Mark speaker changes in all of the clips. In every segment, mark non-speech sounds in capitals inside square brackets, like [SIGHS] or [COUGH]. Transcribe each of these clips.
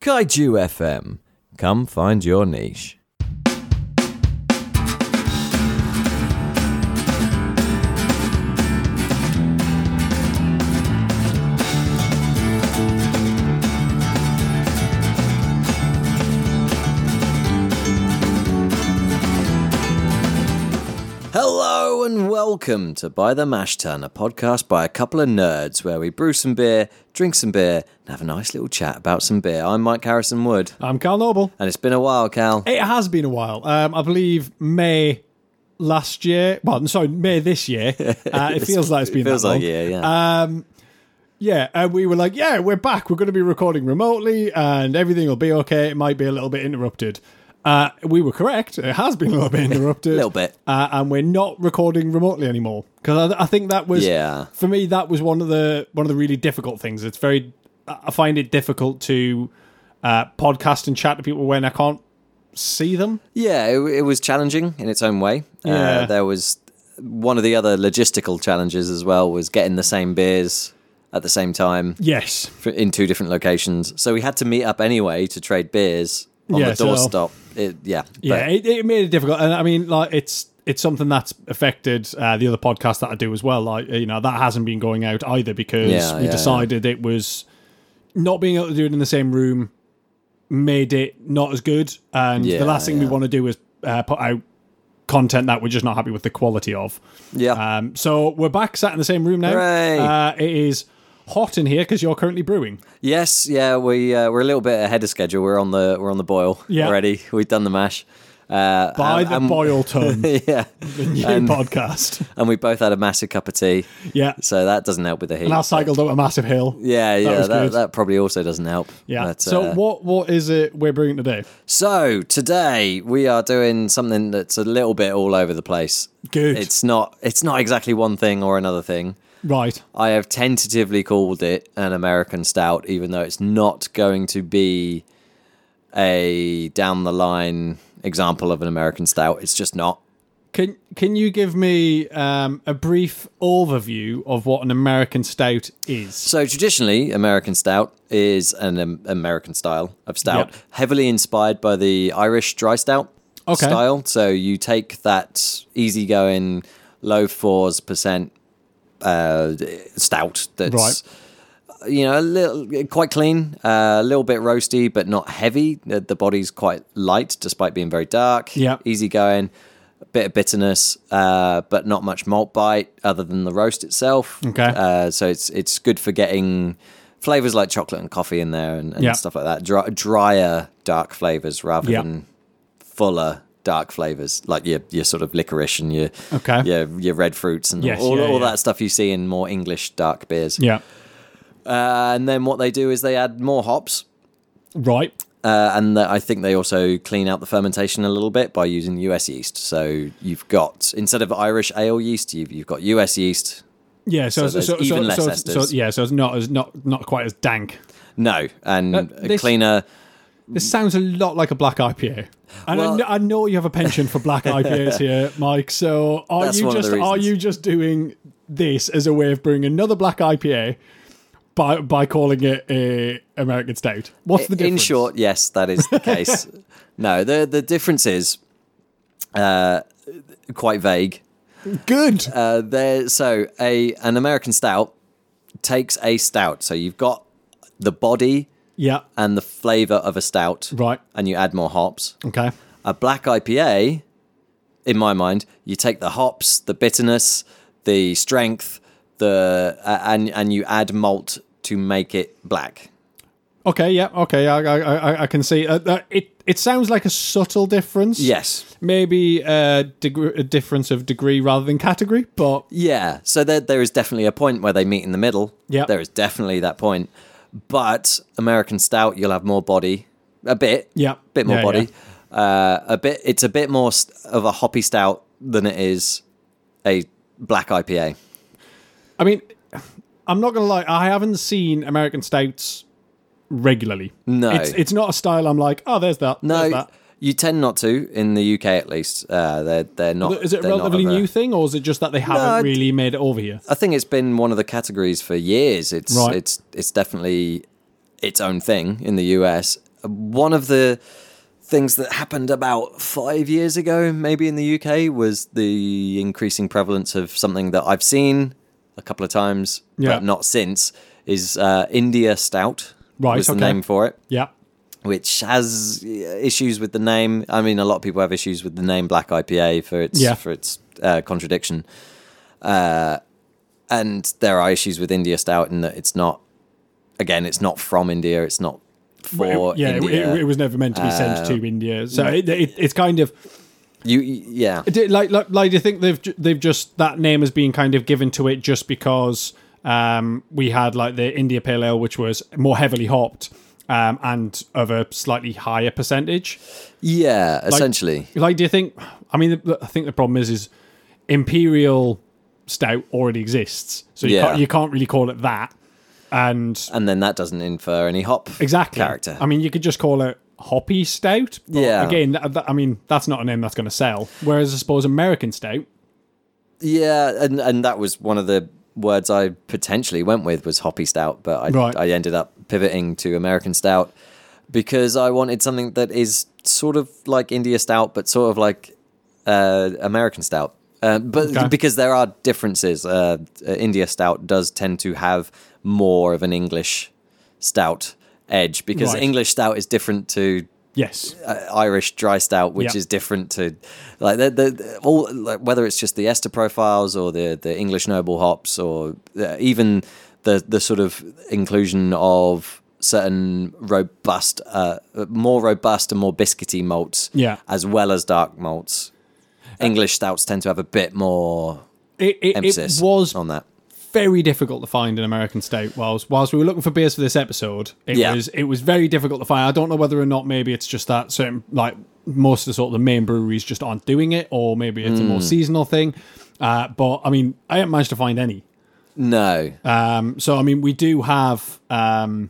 Speaker 1: Kaiju FM. Come find your niche. Hello and welcome to By the Mash Tun, a podcast by a couple of nerds where we brew some beer, drink some beer, and have a nice little chat about some beer. I'm Mike Harrison Wood,
Speaker 2: I'm Cal Noble.
Speaker 1: and it's been a while, Cal.
Speaker 2: It has been a while. Um, I believe May last year. Well, no, sorry, May
Speaker 1: [LAUGHS]
Speaker 2: this year. Uh, it feels like it's been
Speaker 1: feels
Speaker 2: that
Speaker 1: like
Speaker 2: long. Uh,
Speaker 1: yeah, yeah.
Speaker 2: Yeah, and we were like, yeah, we're back. We're going to be recording remotely, and everything will be okay. It might be a little bit interrupted. Uh, we were correct. It has been a little bit
Speaker 1: [LAUGHS]
Speaker 2: interrupted.
Speaker 1: Little bit.
Speaker 2: Uh, and we're not recording remotely anymore because I, I think that was
Speaker 1: Yeah.
Speaker 2: for me that was one of the one of the really difficult things. It's very I I find it difficult to uh, podcast and chat to people when I can't see them.
Speaker 1: Yeah, it, it was challenging in its own way. Uh,
Speaker 2: Yeah.
Speaker 1: there was one of the other logistical challenges as well was getting the same beers at the same time
Speaker 2: Yes,
Speaker 1: for, in two different locations. So we had to meet up anyway to trade beers on
Speaker 2: Yeah,
Speaker 1: the
Speaker 2: so-
Speaker 1: doorstop. It, yeah,
Speaker 2: yeah,
Speaker 1: but-
Speaker 2: it, it made it difficult, and I mean, like, it's it's something that's affected uh, the other podcast that I do as well. Like, you know, that hasn't been going out either because
Speaker 1: Yeah,
Speaker 2: we
Speaker 1: yeah,
Speaker 2: decided it was not being able to do it in the same room made it not as good, and
Speaker 1: Yeah,
Speaker 2: the last thing we
Speaker 1: yeah.
Speaker 2: want to do is uh, put out content that we're just not happy with the quality of.
Speaker 1: yeah.
Speaker 2: Um, so we're back sat in the same room now.
Speaker 1: Hooray.
Speaker 2: Uh, it is hot in here because you're currently brewing.
Speaker 1: Yes, yeah, we uh, we're a little bit ahead of schedule. We're on the we're on the boil
Speaker 2: Yeah.
Speaker 1: already. We've done the mash. Uh,
Speaker 2: By
Speaker 1: and-
Speaker 2: the
Speaker 1: and-
Speaker 2: boil tone,
Speaker 1: [LAUGHS] yeah,
Speaker 2: [LAUGHS] new podcast.
Speaker 1: and we both had a massive cup of tea,
Speaker 2: Yeah.
Speaker 1: so that doesn't help with the heat.
Speaker 2: And I cycled up a massive hill.
Speaker 1: yeah, yeah,
Speaker 2: was
Speaker 1: that, that,
Speaker 2: good.
Speaker 1: probably also doesn't help.
Speaker 2: Yeah.
Speaker 1: But,
Speaker 2: so
Speaker 1: uh,
Speaker 2: what what is it we're bringing today?
Speaker 1: So today we are doing something that's a little bit all over the place.
Speaker 2: Good.
Speaker 1: It's not it's not exactly one thing or another thing.
Speaker 2: Right.
Speaker 1: I have tentatively called it an American stout, even though it's not going to be a down the line example of an American stout. It's just not.
Speaker 2: Can can you give me um, a brief overview of what an American stout is?
Speaker 1: So traditionally, American stout is an um, American style of stout,
Speaker 2: Yep.
Speaker 1: heavily inspired by the Irish dry stout
Speaker 2: Okay.
Speaker 1: style. So you take that easygoing, low fours percent uh, stout that's
Speaker 2: Right.
Speaker 1: you know a little quite clean, uh, a little bit roasty, but not heavy. The, the body's quite light, despite being very dark.
Speaker 2: Yep.
Speaker 1: easygoing. A bit of bitterness, uh, but not much malt bite other than the roast itself.
Speaker 2: Okay.
Speaker 1: Uh, so it's it's good for getting flavors like chocolate and coffee in there and, and
Speaker 2: Yeah.
Speaker 1: stuff like that. Dry, drier dark flavors rather
Speaker 2: Yeah.
Speaker 1: than fuller dark flavors like your your sort of licorice and your
Speaker 2: Okay.
Speaker 1: your, your red fruits and
Speaker 2: Yes,
Speaker 1: all,
Speaker 2: yeah,
Speaker 1: all
Speaker 2: yeah.
Speaker 1: that stuff you see in more English dark beers.
Speaker 2: Yeah.
Speaker 1: Uh, and then what they do is they add more hops.
Speaker 2: Right.
Speaker 1: Uh, and that I think they also clean out the fermentation a little bit by using US yeast. So you've got instead of Irish ale yeast, you've, you've got US yeast,
Speaker 2: Yeah.
Speaker 1: So
Speaker 2: So
Speaker 1: there's
Speaker 2: so, so,
Speaker 1: even
Speaker 2: so,
Speaker 1: less
Speaker 2: so, so,
Speaker 1: esters.
Speaker 2: yeah. So it's not as not not quite as dank.
Speaker 1: No, and
Speaker 2: Uh, this-
Speaker 1: cleaner.
Speaker 2: This sounds a lot like a black IPA. And
Speaker 1: Well-
Speaker 2: I, know, I know you have a penchant for
Speaker 1: [LAUGHS]
Speaker 2: black IPAs here, Mike. So are
Speaker 1: That's
Speaker 2: you
Speaker 1: one of the
Speaker 2: just are
Speaker 1: reasons.
Speaker 2: you just doing this as a way of brewing another black IPA by by calling it a American stout? What's the difference?
Speaker 1: In short, yes, that is the
Speaker 2: [LAUGHS]
Speaker 1: case. no, the the difference is uh, quite vague.
Speaker 2: good.
Speaker 1: Uh, there, so a an American stout takes a stout. So you've got the body
Speaker 2: yeah.
Speaker 1: and the flavour of a stout,
Speaker 2: Right.
Speaker 1: And you add more hops.
Speaker 2: Okay.
Speaker 1: A black IPA, in my mind, you take the hops, the bitterness, the strength, the uh, and and you add malt to make it black.
Speaker 2: Okay. Yeah. Okay. I I, I, I can see. Uh, uh, it it sounds like a subtle difference.
Speaker 1: Yes,
Speaker 2: Maybe a, deg- a difference of degree rather than category, but
Speaker 1: Yeah, so there there is definitely a point where they meet in the middle.
Speaker 2: Yep.
Speaker 1: there is definitely that point. But American Stout, you'll have more body, a bit.
Speaker 2: Yeah.
Speaker 1: bit more
Speaker 2: Yeah,
Speaker 1: body. Uh, a bit. It's a bit more st- of a hoppy stout than it is a black IPA.
Speaker 2: I mean, I'm not gonna lie. I haven't seen American stouts regularly.
Speaker 1: No.
Speaker 2: it's it's not a style. I'm like, oh, there's that.
Speaker 1: No,
Speaker 2: there's that.
Speaker 1: you tend not to in the UK at least. Uh, they're they're not.
Speaker 2: Is it a
Speaker 1: they're not
Speaker 2: relatively
Speaker 1: of a-
Speaker 2: new thing, or is it just that they haven't
Speaker 1: I-
Speaker 2: really made it over here?
Speaker 1: I think it's been one of the categories for years. It's
Speaker 2: Right.
Speaker 1: it's it's definitely its own thing in the US. one of the things that happened about five years ago, maybe in the UK, was the increasing prevalence of something that I've seen a couple of times,
Speaker 2: Yeah.
Speaker 1: but not since, is uh, India Stout.
Speaker 2: Right,
Speaker 1: was
Speaker 2: okay.
Speaker 1: the name for it,
Speaker 2: Yeah.
Speaker 1: which has uh, issues with the name. I mean, a lot of people have issues with the name Black IPA for its
Speaker 2: Yeah.
Speaker 1: for its uh, contradiction, uh, and there are issues with India Stout in that it's not. Again, it's not from India. It's not for
Speaker 2: yeah, it-
Speaker 1: India.
Speaker 2: It, it was never meant to be sent
Speaker 1: Uh,
Speaker 2: to India, so it, it, it's kind of
Speaker 1: you, yeah.
Speaker 2: It did- like like, like do you think they've ju- they've just that name has been kind of given to it just because um, we had like the India Pale Ale, which was more heavily hopped um, and of a slightly higher percentage.
Speaker 1: Yeah, essentially.
Speaker 2: Like, do you think? I mean, the- I think the problem is is imperial stout already exists, so you
Speaker 1: Yeah.
Speaker 2: can't you can't really call it that. And
Speaker 1: and then that doesn't infer any hop
Speaker 2: exactly
Speaker 1: character.
Speaker 2: I mean, you could just call it hoppy stout. But
Speaker 1: Yeah.
Speaker 2: Again, that, that- I mean, that's not a name that's going to sell. Whereas I suppose American stout.
Speaker 1: yeah, and and that was one of the words I potentially went with was hoppy stout, but I
Speaker 2: Right.
Speaker 1: I ended up pivoting to American stout because I wanted something that is sort of like India stout, but sort of like uh, American stout. Uh, but
Speaker 2: Okay.
Speaker 1: because there are differences, uh, India stout does tend to have more of an English stout edge because
Speaker 2: Right.
Speaker 1: English stout is different to
Speaker 2: Yes.
Speaker 1: uh, Irish dry stout, which
Speaker 2: Yeah.
Speaker 1: is different to like the, the, the- all like, whether it's just the ester profiles or the the English noble hops or uh, even the the sort of inclusion of certain robust, uh, more robust and more biscuity malts,
Speaker 2: Yeah.
Speaker 1: as well as dark malts. English stouts tend to have a bit more
Speaker 2: It, it, it
Speaker 1: emphasis
Speaker 2: was
Speaker 1: on that.
Speaker 2: very difficult to find an American stout. Whilst whilst we were looking for beers for this episode, it
Speaker 1: Yeah.
Speaker 2: was it was very difficult to find. I don't know whether or not maybe it's just that certain like most of the sort of the main breweries just aren't doing it, or maybe it's a
Speaker 1: Hmm.
Speaker 2: more seasonal thing. Uh, but I mean, I haven't managed to find any.
Speaker 1: No.
Speaker 2: Um, so I mean, we do have um,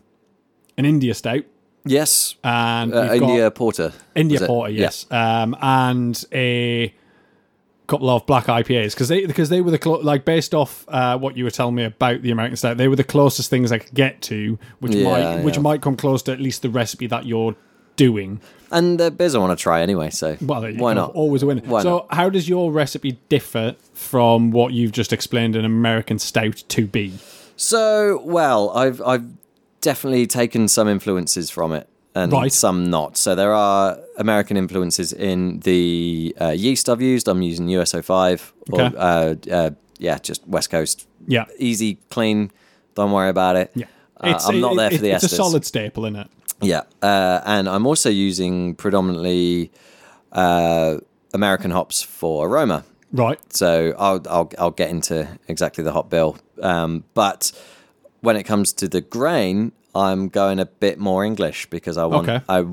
Speaker 2: an India stout
Speaker 1: yes.
Speaker 2: and
Speaker 1: Uh,
Speaker 2: we've got
Speaker 1: India Porter.
Speaker 2: India
Speaker 1: was it?
Speaker 2: Porter, yes, um, and a couple of black IPAs because they because they were the clo- like based off uh, what you were telling me about the American stout, they were the closest things I could get to, which
Speaker 1: Yeah,
Speaker 2: might which
Speaker 1: yeah.
Speaker 2: might come close to at least the recipe that you're doing.
Speaker 1: Yeah. And uh, beers I want to try anyway, so
Speaker 2: Well, there you
Speaker 1: why
Speaker 2: go,
Speaker 1: not?
Speaker 2: Always a winner.
Speaker 1: Why
Speaker 2: so, how does your recipe differ from what you've just explained an American stout to be?
Speaker 1: So well, I've I've definitely taken some influences from it and
Speaker 2: Right.
Speaker 1: some not. So there are American influences in the uh, yeast I've used. I'm using USO five or
Speaker 2: Okay.
Speaker 1: uh, uh, yeah, just West Coast.
Speaker 2: Yeah,
Speaker 1: Easy, clean. Don't worry about it.
Speaker 2: yeah.
Speaker 1: Uh, I'm not there for the
Speaker 2: it's
Speaker 1: esters.
Speaker 2: a solid staple in it.
Speaker 1: Yeah, uh, and I'm also using predominantly uh, American hops for aroma.
Speaker 2: Right.
Speaker 1: So I'll I'll I'll get into exactly the hot bill. Um, but when it comes to the grain, I'm going a bit more English because I want
Speaker 2: Okay.
Speaker 1: I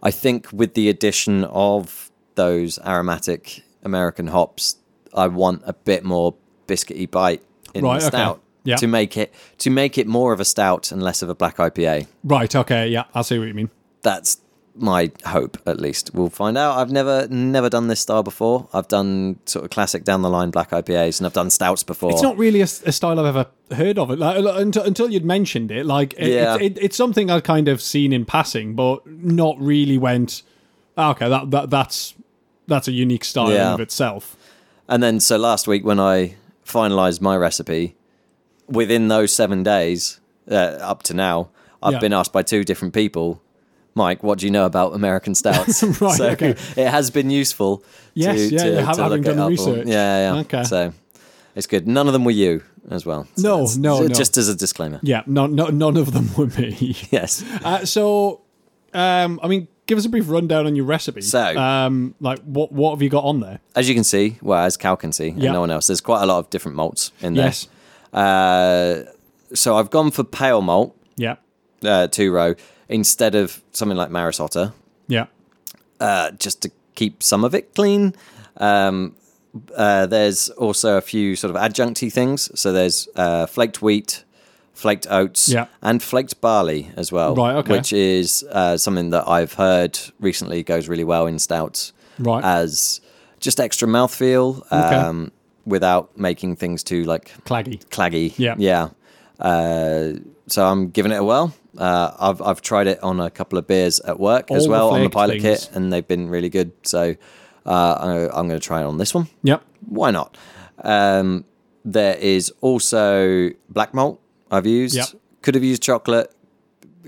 Speaker 1: I think with the addition of those aromatic American hops, I want a bit more biscuity bite in
Speaker 2: Right,
Speaker 1: the
Speaker 2: okay.
Speaker 1: stout
Speaker 2: Yeah.
Speaker 1: to make it to make it more of a stout and less of a black IPA.
Speaker 2: Right. Okay. Yeah, I see what you mean.
Speaker 1: That's my hope at least. We'll find out. I've never never done this style before. I've done sort of classic down the line black IPAs and I've done stouts before.
Speaker 2: It's not really a, s- a style I've ever heard of. It like, like, until, until you'd mentioned it. Like it,
Speaker 1: Yeah.
Speaker 2: it, it, it's something I'd kind of seen in passing, but not really went. "Ah, Okay, that, that that's that's a unique style in
Speaker 1: Yeah.
Speaker 2: of itself.
Speaker 1: And then so last week when I finalized my recipe, within those 7 days uh, up to now, I've
Speaker 2: Yeah.
Speaker 1: been asked by two different people, Mike, what do you know about American stouts?
Speaker 2: [LAUGHS] Right,
Speaker 1: so
Speaker 2: okay.
Speaker 1: it has been useful
Speaker 2: Yes,
Speaker 1: to,
Speaker 2: yeah,
Speaker 1: to,
Speaker 2: yeah, ha-
Speaker 1: to
Speaker 2: having
Speaker 1: look it
Speaker 2: done the
Speaker 1: up. or-
Speaker 2: research.
Speaker 1: yeah, yeah.
Speaker 2: Okay.
Speaker 1: So it's good. None of them were you as well. So
Speaker 2: No,
Speaker 1: that's-
Speaker 2: no, no.
Speaker 1: Just as a disclaimer.
Speaker 2: Yeah, no, no, none of them [LAUGHS] were me.
Speaker 1: Yes.
Speaker 2: uh, so, um, I mean, give us a brief rundown on your recipe.
Speaker 1: So-
Speaker 2: um, like, what what have you got on there?
Speaker 1: as you can see, well, as Cal can see, and
Speaker 2: Yeah.
Speaker 1: no one else, there's quite a lot of different malts in there.
Speaker 2: Yes.
Speaker 1: Uh, so I've gone for pale malt,
Speaker 2: Yeah,
Speaker 1: uh, two row, instead of something like Maris Otter,
Speaker 2: yeah,
Speaker 1: uh, just to keep some of it clean. Um, uh, there's also a few sort of adjuncty things. So there's uh, flaked wheat, flaked oats,
Speaker 2: Yeah.
Speaker 1: and flaked barley as well.
Speaker 2: Right, okay.
Speaker 1: Which is uh, something that I've heard recently goes really well in stouts
Speaker 2: right.
Speaker 1: as just extra mouthfeel
Speaker 2: Okay.
Speaker 1: um, without making things too like
Speaker 2: Claggy.
Speaker 1: claggy.
Speaker 2: Yeah.
Speaker 1: Yeah. Uh, so I'm giving it a whirl. Uh, I've I've tried it on a couple of beers at work
Speaker 2: All
Speaker 1: as
Speaker 2: the
Speaker 1: well on the
Speaker 2: flaked
Speaker 1: pilot
Speaker 2: things.
Speaker 1: kit, and they've been really good. So uh, I'm, I'm going to try it on this one.
Speaker 2: Yep.
Speaker 1: Why not? Um, there is also black malt. I've used.
Speaker 2: Yep.
Speaker 1: Could have used chocolate.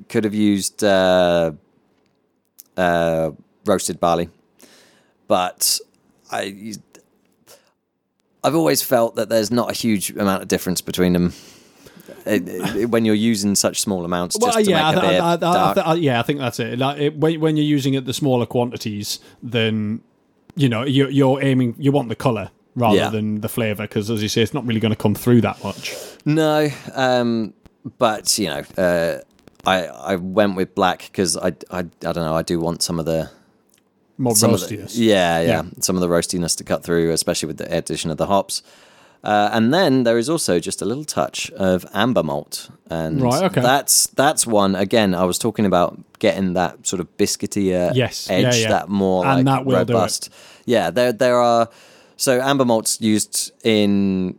Speaker 1: Could have used uh, uh, roasted barley, but I. I've always felt that there's not a huge amount of difference between them It- it- when you're using such small amounts just
Speaker 2: Well,
Speaker 1: to
Speaker 2: yeah, I
Speaker 1: make a
Speaker 2: th-
Speaker 1: beer
Speaker 2: I, I, I,
Speaker 1: dark.
Speaker 2: th- I, yeah, I think that's it. Like, it when, when you're using it the smaller quantities, then you know you're, you're aiming. You want the color rather
Speaker 1: Yeah.
Speaker 2: than the flavor because, as you say, it's not really going to come through that much.
Speaker 1: No, um, but you know, uh, I I went with black because I, I I don't know. I do want some of the
Speaker 2: More
Speaker 1: some of the,
Speaker 2: roastiness.
Speaker 1: yeah, yeah,
Speaker 2: Yeah.
Speaker 1: some of the roastiness to cut through, especially with the addition of the hops. Uh, and then there is also just a little touch of amber malt, and
Speaker 2: Right, okay.
Speaker 1: that's that's one again. I was talking about getting that sort of biscuitier
Speaker 2: Yes, yeah,
Speaker 1: edge,
Speaker 2: yeah.
Speaker 1: that more
Speaker 2: And
Speaker 1: like
Speaker 2: that will do it.
Speaker 1: robust. Yeah, there there are so amber malts used in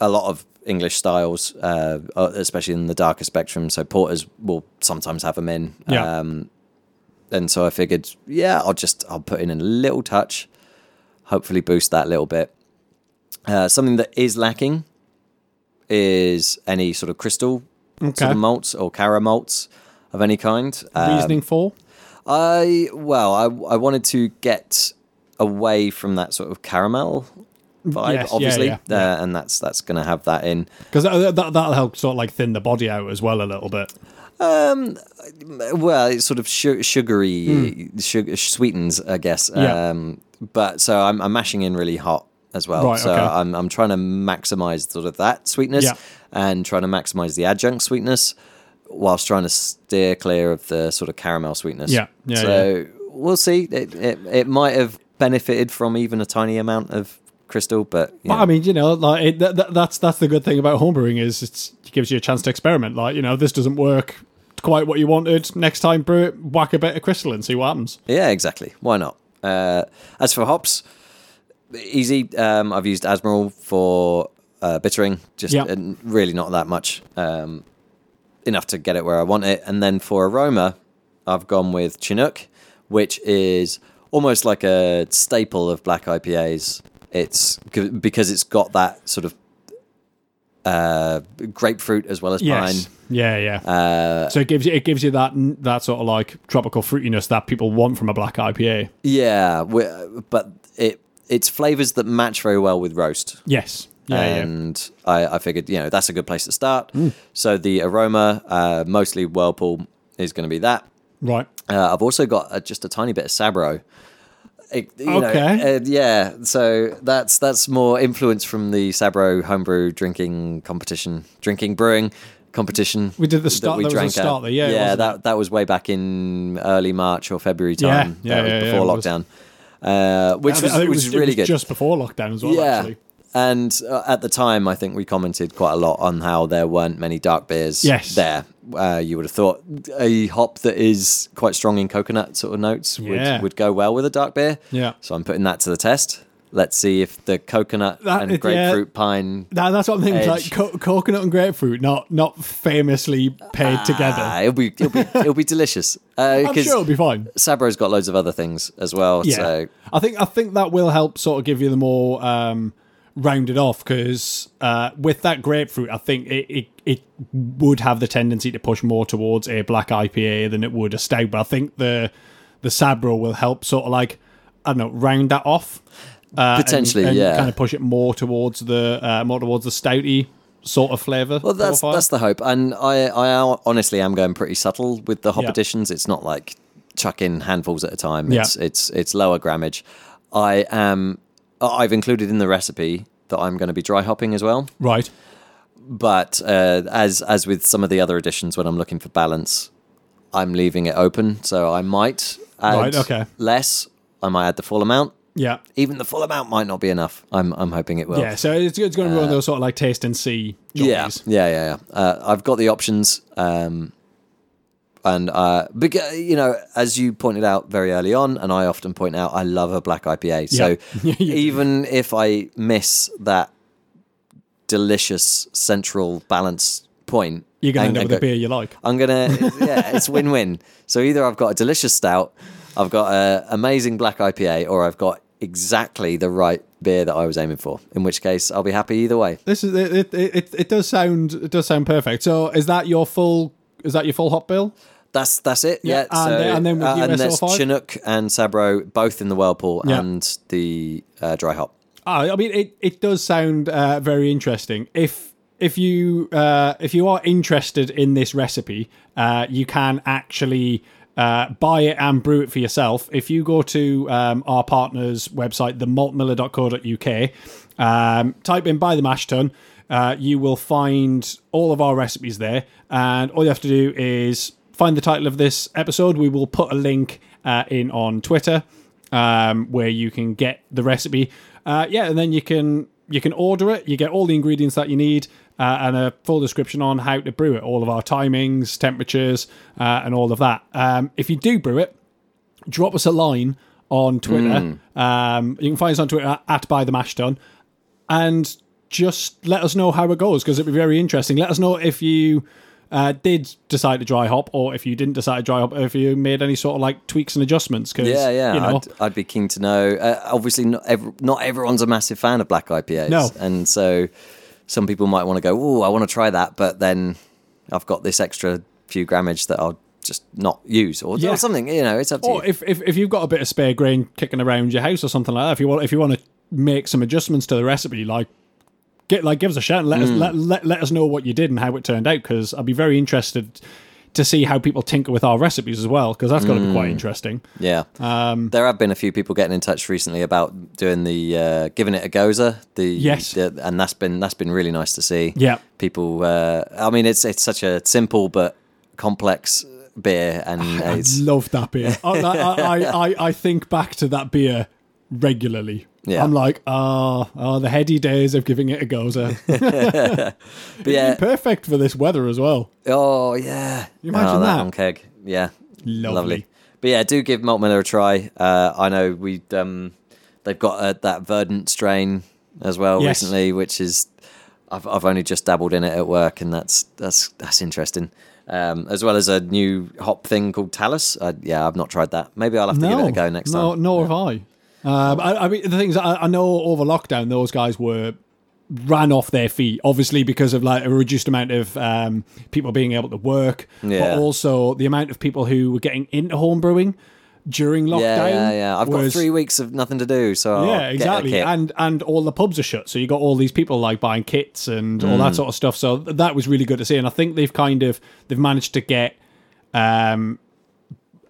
Speaker 1: a lot of English styles, uh, uh, especially in the darker spectrum. So porters will sometimes have them in,
Speaker 2: Yeah.
Speaker 1: um, and so I figured, yeah, I'll just I'll put in a little touch, hopefully boost that little bit. Uh, something that is lacking is any sort of crystal sort
Speaker 2: Okay.
Speaker 1: of malts or cara malts of any kind. Um,
Speaker 2: Reasoning for
Speaker 1: I well, I I wanted to get away from that sort of caramel vibe,
Speaker 2: Yes, yeah,
Speaker 1: obviously,
Speaker 2: yeah,
Speaker 1: Uh, and that's that's going to have that in.
Speaker 2: because that, that that'll help sort of like thin the body out as well a little bit.
Speaker 1: well, it's sort of su- sugary, sugar sweetens, I guess.
Speaker 2: Hmm. Yeah.
Speaker 1: Um, but so I'm, I'm mashing in really hot as well.
Speaker 2: Right,
Speaker 1: so
Speaker 2: okay.
Speaker 1: I'm, I'm trying to maximize sort of that sweetness
Speaker 2: Yeah.
Speaker 1: and trying to maximize the adjunct sweetness whilst trying to steer clear of the sort of caramel sweetness.
Speaker 2: Yeah, yeah,
Speaker 1: so we'll see. It, it, it might have benefited from even a tiny amount of crystal, but, you
Speaker 2: But
Speaker 1: know.
Speaker 2: I mean, you know, like it, that, that- that's that's the good thing about homebrewing is it's, it gives you a chance to experiment. Like you know, this doesn't work quite what you wanted. Next time, brew it, whack a bit of crystal and see what happens.
Speaker 1: Yeah, exactly. Why not? Uh, as for hops, easy. Um, I've used Admiral for uh, bittering, just
Speaker 2: Yeah.
Speaker 1: uh, really not that much, um, enough to get it where I want it. And then for aroma, I've gone with Chinook, which is almost like a staple of black IPAs. It's g- because it's got that sort of uh, grapefruit as well as
Speaker 2: Yes.
Speaker 1: pine.
Speaker 2: Yeah, yeah.
Speaker 1: Uh,
Speaker 2: so it gives you it gives you that that sort of like tropical fruitiness that people want from a black IPA.
Speaker 1: Yeah, we- but it it's flavors that match very well with roast.
Speaker 2: Yes. Yeah, Hmm. yeah.
Speaker 1: and I, I figured you know that's a good place to start. So the aroma, uh, mostly Whirlpool, is going to be that.
Speaker 2: Right.
Speaker 1: Uh, I've also got uh just a tiny bit of Sabro. It- you know,
Speaker 2: Okay.
Speaker 1: uh, yeah. So that's that's more influence from the Sabro homebrew drinking competition, drinking brewing competition.
Speaker 2: We did the start- there was a
Speaker 1: at.
Speaker 2: start there, yeah,
Speaker 1: yeah.
Speaker 2: wasn't
Speaker 1: That that was way back in early March or February time.
Speaker 2: Yeah, yeah,
Speaker 1: that
Speaker 2: yeah,
Speaker 1: was
Speaker 2: yeah,
Speaker 1: before
Speaker 2: it was.
Speaker 1: lockdown. Uh, which
Speaker 2: I
Speaker 1: was,
Speaker 2: think it
Speaker 1: which was
Speaker 2: it
Speaker 1: really good.
Speaker 2: Just before lockdown as well. Actually.
Speaker 1: And uh, at the time, I think we commented quite a lot on how there weren't many dark beers
Speaker 2: Yes.
Speaker 1: there. Uh, you would have thought a hop that is quite strong in coconut sort of notes
Speaker 2: Yeah.
Speaker 1: would, would go well with a dark beer.
Speaker 2: Yeah.
Speaker 1: So I'm putting that to the test. Let's see if the coconut
Speaker 2: That- yeah.
Speaker 1: and grapefruit pine.
Speaker 2: Now that's what I'm thinking.
Speaker 1: Edge.
Speaker 2: Like co- coconut and grapefruit, not not famously paired
Speaker 1: Ah,
Speaker 2: together.
Speaker 1: it'll be it'll be it'll be delicious. Uh,
Speaker 2: [LAUGHS] I'm sure it'll be fine.
Speaker 1: Sabro's got loads of other things as well.
Speaker 2: Yeah,
Speaker 1: So
Speaker 2: I think I think that will help sort of give you the more um, rounded off because uh, with that grapefruit, I think it, it it would have the tendency to push more towards a black IPA than it would a stout. But I think the the Sabro will help sort of like I don't know round that off uh, and-
Speaker 1: Potentially,
Speaker 2: and
Speaker 1: yeah.
Speaker 2: kind of push it more towards the uh, more towards the stouty sort of flavor.
Speaker 1: Well, that's that's the hope, and I I al- honestly am going pretty subtle with the hop
Speaker 2: Yeah.
Speaker 1: additions. It's not like chucking handfuls at a time.
Speaker 2: Yeah.
Speaker 1: It's it's it's lower grammage. I am I've included in the recipe that I'm going to be dry hopping as well.
Speaker 2: right.
Speaker 1: But uh, as as with some of the other additions, when I'm looking for balance, I'm leaving it open. So I might add
Speaker 2: Right, okay.
Speaker 1: less. I might add the full amount.
Speaker 2: Yeah.
Speaker 1: Even the full amount might not be enough. I'm I'm hoping it will.
Speaker 2: Yeah, so it's, it's going to be one of those sort of like taste and see.
Speaker 1: Oh. Uh, Yeah,
Speaker 2: jobbies.
Speaker 1: yeah, yeah, yeah. Uh, I've got the options, um, and uh, beca- you know, as you pointed out very early on, and I often point out, I love a black IPA. So
Speaker 2: [LAUGHS] Yeah. You do.
Speaker 1: even if I miss that delicious central balance point,
Speaker 2: You're going
Speaker 1: and-
Speaker 2: to end
Speaker 1: and
Speaker 2: up with a
Speaker 1: go-
Speaker 2: beer you like.
Speaker 1: I'm gonna,
Speaker 2: [LAUGHS]
Speaker 1: yeah, it's win-win. So either I've got a delicious stout, I've got an amazing black IPA, or I've got exactly the right beer that I was aiming for. In which case, I'll be happy either way.
Speaker 2: This is it. It, it, it does sound it does sound perfect. So is that your full is that your full hot bill?
Speaker 1: That's that's it.
Speaker 2: Yeah,
Speaker 1: Yeah.
Speaker 2: and
Speaker 1: so,
Speaker 2: then- and then with
Speaker 1: uh, and that's
Speaker 2: USL five?
Speaker 1: Chinook and Sabro both in the whirlpool
Speaker 2: Yeah.
Speaker 1: and the uh, dry hop.
Speaker 2: Ah, I mean, it, it does sound uh, very interesting. If if you uh, if you are interested in this recipe, uh, you can actually uh, buy it and brew it for yourself. If you go to um, our partner's website, themaltmiller.co.uk, um, type in "buy the mash tun," uh, you will find all of our recipes there, and all you have to do is find the title of this episode. We will put a link uh, in on Twitter um, where you can get the recipe. Uh, yeah, and then you can you can order it. You get all the ingredients that you need uh, and a full description on how to brew it. All of our timings, temperatures, uh, and all of that. Um, if you do brew it, drop us a line on Twitter.
Speaker 1: Mm.
Speaker 2: Um, you can find us on Twitter at by the mash done, and just let us know how it goes because it'd be very interesting. Let us know if you. Uh, did decide to dry hop, or if you didn't decide to dry hop, or if you made any sort of like tweaks and adjustments? Cause,
Speaker 1: Yeah, yeah.
Speaker 2: you know,
Speaker 1: I'd, I'd be keen to know. Uh, obviously, not ev- not everyone's a massive fan of black IPAs,
Speaker 2: No.
Speaker 1: and so some people might want to go, "Oh, I want to try that," but then I've got this extra few grammage that I'll just not use, or, or
Speaker 2: Yeah.
Speaker 1: something. You know, it's up to
Speaker 2: Or
Speaker 1: you.
Speaker 2: if, if if you've got a bit of spare grain kicking around your house or something like that, if you want if you want to make some adjustments to the recipe, like get like give us a shout and let us let, let, let us know what you did and how it turned out because I'd be very interested to see how people tinker with our recipes as well because that's got to be quite interesting.
Speaker 1: Yeah, um, there have been a few people getting in touch recently about doing the uh, giving it a gozer. The
Speaker 2: Yes.
Speaker 1: the- and that's been that's been really nice to see.
Speaker 2: Yeah.
Speaker 1: people. Uh, I mean, it's it's such a simple but complex beer,
Speaker 2: [LAUGHS]
Speaker 1: and it's
Speaker 2: Love that beer. I, I, I, I, I think back to that beer regularly.
Speaker 1: Yeah.
Speaker 2: I'm like, ah, oh, the heady days of giving it a gozer.
Speaker 1: but yeah,
Speaker 2: Perfect for this weather as well.
Speaker 1: Oh yeah, you
Speaker 2: imagine that?
Speaker 1: on keg. Yeah,
Speaker 2: Lovely.
Speaker 1: But yeah, do give Malt Miller a try. Uh, I know we um, they've got uh, that Verdant strain as well
Speaker 2: Yes.
Speaker 1: recently, which is I've I've only just dabbled in it at work, and that's that's that's interesting. Um, as well as a new hop thing called Talus. I, yeah, I've not tried that. Maybe I'll have to give it a go next
Speaker 2: no,
Speaker 1: time.
Speaker 2: Nor have I. Um, I. I mean, the things I, I know over lockdown, those guys were ran off their feet, obviously because of like a reduced amount of um, people being able to work,
Speaker 1: Yeah.
Speaker 2: but also the amount of people who were getting into home brewing during lockdown.
Speaker 1: Yeah, yeah, yeah. I've
Speaker 2: was-
Speaker 1: got three weeks of nothing to do, so I'll
Speaker 2: yeah,
Speaker 1: get a
Speaker 2: exactly,
Speaker 1: kit.
Speaker 2: and and all the pubs are shut, so you got all these people like buying kits and all
Speaker 1: Hmm.
Speaker 2: that sort of stuff. So th- that was really good to see, and I think they've kind of they've managed to get um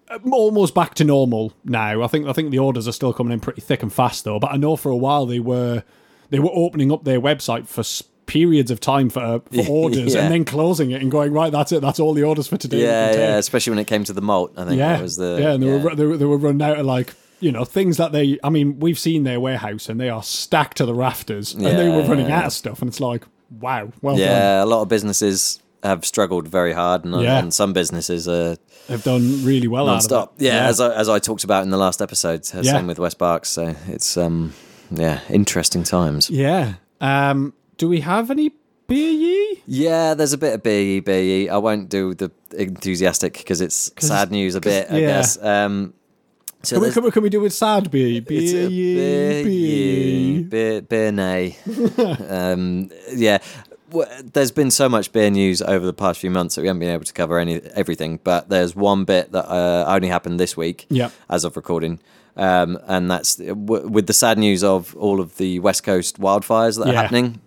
Speaker 2: uh, almost back to normal now. I think I think the orders are still coming in pretty thick and fast though. But I know for a while they were they were opening up their website for s- periods of time for, uh,
Speaker 1: [LAUGHS]
Speaker 2: for orders
Speaker 1: Yeah.
Speaker 2: and then closing it and going right. That's it. That's all the orders for today. we
Speaker 1: yeah,
Speaker 2: can take."
Speaker 1: yeah. Especially when it came to the malt, I think
Speaker 2: Yeah,
Speaker 1: that was the
Speaker 2: yeah, and they were ru- they were they were running out of like you know things that they. I mean, we've seen their warehouse and they are stacked to the rafters, and they were
Speaker 1: Yeah.
Speaker 2: running out of stuff, and it's like wow, well done.
Speaker 1: Yeah, a lot of businesses have struggled very hard, and,
Speaker 2: Yeah.
Speaker 1: and some businesses are
Speaker 2: They've done really well. out of it.
Speaker 1: non-stop. Yeah, as I, as I talked about in the last episode, uh,
Speaker 2: Yeah.
Speaker 1: same with West Barks. So it's um, yeah, interesting times.
Speaker 2: yeah. Um, do we have any beer ye?
Speaker 1: Yeah, there's a bit of BE BE. I won't do the enthusiastic because it's sad news a bit, I
Speaker 2: yeah.
Speaker 1: guess. Um, so
Speaker 2: Can we,
Speaker 1: there's
Speaker 2: can, we, can we do with sad beer? Beer
Speaker 1: it's a
Speaker 2: ye, beer
Speaker 1: beer,
Speaker 2: ye.
Speaker 1: beer, beer
Speaker 2: [LAUGHS]
Speaker 1: nay. um, yeah, w- there's been so much beer news over the past few months that we haven't been able to cover any everything. But there's one bit that uh, only happened this week,
Speaker 2: Yeah.
Speaker 1: as of recording, um, and that's w- with the sad news of all of the West Coast wildfires that
Speaker 2: Yeah.
Speaker 1: are happening.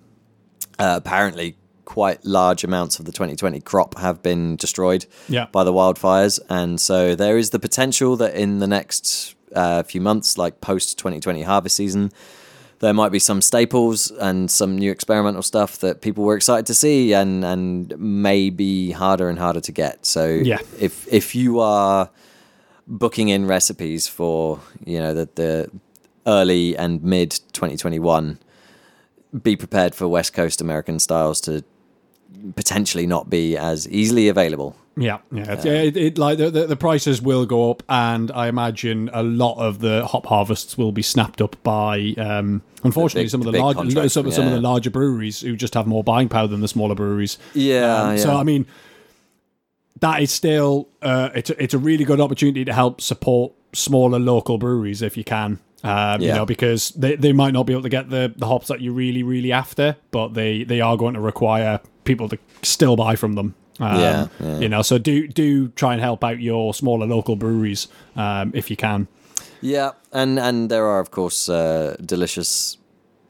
Speaker 1: Uh, apparently, quite large amounts of the 2020 crop have been destroyed
Speaker 2: Yeah.
Speaker 1: by the wildfires, and so there is the potential that in the next uh, few months, like post 2020 harvest season, there might be some staples and some new experimental stuff that people were excited to see, and and may be harder and harder to get. So
Speaker 2: Yeah.
Speaker 1: if if you are booking in recipes for you know the the early and mid 2021 be prepared for west coast american styles to potentially not be as easily available
Speaker 2: Yeah, yeah, it's- yeah. It, it, like the, the the prices will go up, and I imagine a lot of the hop harvests will be snapped up by, um, unfortunately,
Speaker 1: big-
Speaker 2: some of the,
Speaker 1: the big
Speaker 2: large,
Speaker 1: contracts,
Speaker 2: some, some of the
Speaker 1: yeah.
Speaker 2: larger breweries who just have more buying power than the smaller breweries.
Speaker 1: Yeah,
Speaker 2: Um,
Speaker 1: yeah.
Speaker 2: So I mean, that is still uh, it's a, it's a really good opportunity to help support smaller local breweries if you can. Um, You
Speaker 1: Yeah.
Speaker 2: know, because they, they might not be able to get the, the hops that you're really really after, but they they are going to require people to still buy from them. Um,
Speaker 1: Yeah, yeah.
Speaker 2: You know, so do do try and help out your smaller local breweries um, if you can.
Speaker 1: Yeah, and and there are of course uh, delicious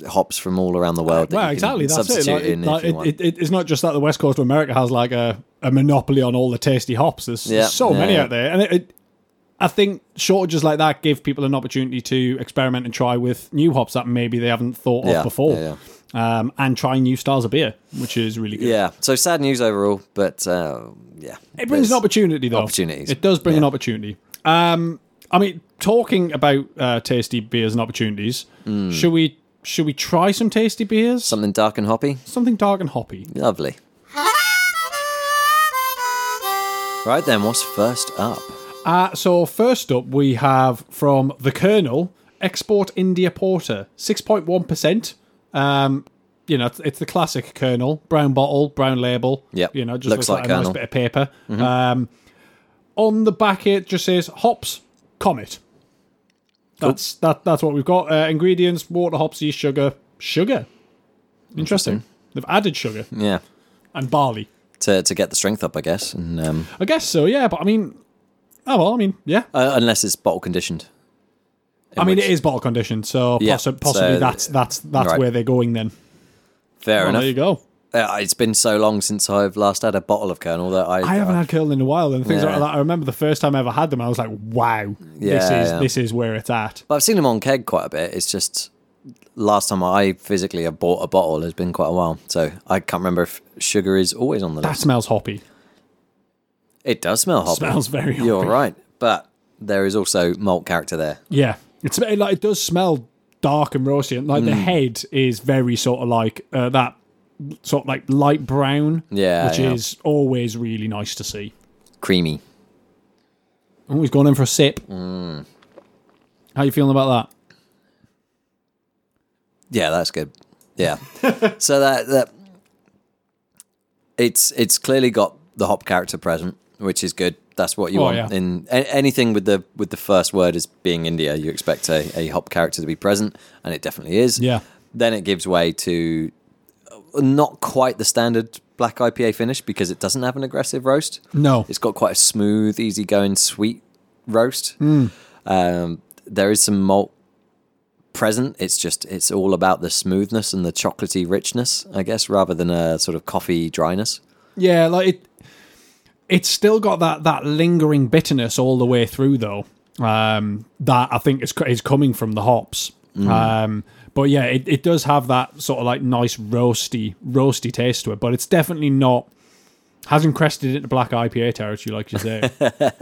Speaker 1: hops from all around the world. That you
Speaker 2: Well,
Speaker 1: can
Speaker 2: exactly. That's it.
Speaker 1: substitute
Speaker 2: Like,
Speaker 1: in
Speaker 2: it- like,
Speaker 1: if you
Speaker 2: it-
Speaker 1: want.
Speaker 2: it- it- it's not just that the West Coast of America has like a, a monopoly on all the tasty hops. There's, there's
Speaker 1: Yeah,
Speaker 2: so many
Speaker 1: yeah.
Speaker 2: out there, and it, it, I think shortages like that give people an opportunity to experiment and try with new hops that maybe they haven't thought
Speaker 1: Yeah,
Speaker 2: of before,
Speaker 1: yeah,
Speaker 2: Um, and try new styles of beer, which is really good.
Speaker 1: yeah. So sad news overall, but uh, yeah,
Speaker 2: It brings an
Speaker 1: there's-
Speaker 2: opportunity, though.
Speaker 1: Opportunities.
Speaker 2: It does bring an
Speaker 1: Yeah.
Speaker 2: opportunity. Um, I mean, talking about uh, tasty beers and opportunities,
Speaker 1: Hmm.
Speaker 2: should we should we try some tasty beers?
Speaker 1: Something dark and hoppy,
Speaker 2: Something dark and hoppy.
Speaker 1: lovely. Right then, what's first up?
Speaker 2: Uh, so first up, we have from the Colonel Export India Porter, six point one percent. Um, you know, it's, it's the classic Colonel, brown bottle, brown label.
Speaker 1: Yep.
Speaker 2: you know, just
Speaker 1: Looks
Speaker 2: looks, like,
Speaker 1: like
Speaker 2: a nice
Speaker 1: Colonel.
Speaker 2: bit of paper. Um, on the back, it just says hops, comet. That's that. That's what we've got. Uh, ingredients: water, hops, yeast, sugar, sugar. Interesting. They've added sugar
Speaker 1: Yeah,
Speaker 2: and barley.
Speaker 1: to to get the strength up, I guess, and um,
Speaker 2: I guess so. Yeah, but I mean, oh well. I mean, yeah.
Speaker 1: uh, unless it's bottle conditioned. In
Speaker 2: I mean,
Speaker 1: which-
Speaker 2: it is bottle conditioned, so
Speaker 1: Yeah,
Speaker 2: possi- possibly
Speaker 1: so-
Speaker 2: that's that's that's
Speaker 1: right.
Speaker 2: where they're going then.
Speaker 1: fair
Speaker 2: Well,
Speaker 1: enough.
Speaker 2: there you go.
Speaker 1: Uh, it's been so long since I've last had a bottle of Colonel that I,
Speaker 2: I haven't had Kernel in a while, and things
Speaker 1: Yeah.
Speaker 2: like that. I remember the first time I ever had them, I was like, "Wow, this
Speaker 1: Yeah,
Speaker 2: is
Speaker 1: yeah.
Speaker 2: this is where it's at."
Speaker 1: But I've seen them on keg quite a bit. It's just last time I physically have bought a bottle has been quite a while, so I can't remember if sugar is always on the
Speaker 2: That
Speaker 1: list.
Speaker 2: smells hoppy.
Speaker 1: It does smell hoppy.
Speaker 2: Smells very hoppy.
Speaker 1: You're right, but there is also malt character there.
Speaker 2: Yeah, it's it, like it does smell dark and roasty, and like
Speaker 1: Mm.
Speaker 2: the head is very sort of like uh, that sort of like light brown.
Speaker 1: Yeah,
Speaker 2: which
Speaker 1: yeah.
Speaker 2: is always really nice to see.
Speaker 1: Creamy.
Speaker 2: Oh, he's gone in for a sip.
Speaker 1: Mm.
Speaker 2: How you feeling about that?
Speaker 1: Yeah, that's good. Yeah. [LAUGHS] so that that it's it's clearly got the hop character present, which is good. That's what you
Speaker 2: Oh,
Speaker 1: want
Speaker 2: yeah.
Speaker 1: in a- anything with the with the first word as being India. You expect a, a hop character to be present, and it definitely is.
Speaker 2: Yeah.
Speaker 1: Then it gives way to not quite the standard black IPA finish because it doesn't have an aggressive roast.
Speaker 2: No.
Speaker 1: It's got quite a smooth, easygoing, sweet roast.
Speaker 2: Mm.
Speaker 1: Um, there is some malt present. It's just it's all about the smoothness and the chocolatey richness, I guess, rather than a sort of coffee dryness.
Speaker 2: Yeah, like it. It's still got that that lingering bitterness all the way through, though. Um, that I think is co- is coming from the hops.
Speaker 1: Mm.
Speaker 2: Um, but yeah, it, it does have that sort of like nice roasty roasty taste to it. But it's definitely not hasn't crested into black IPA territory, like
Speaker 1: [LAUGHS]
Speaker 2: you say.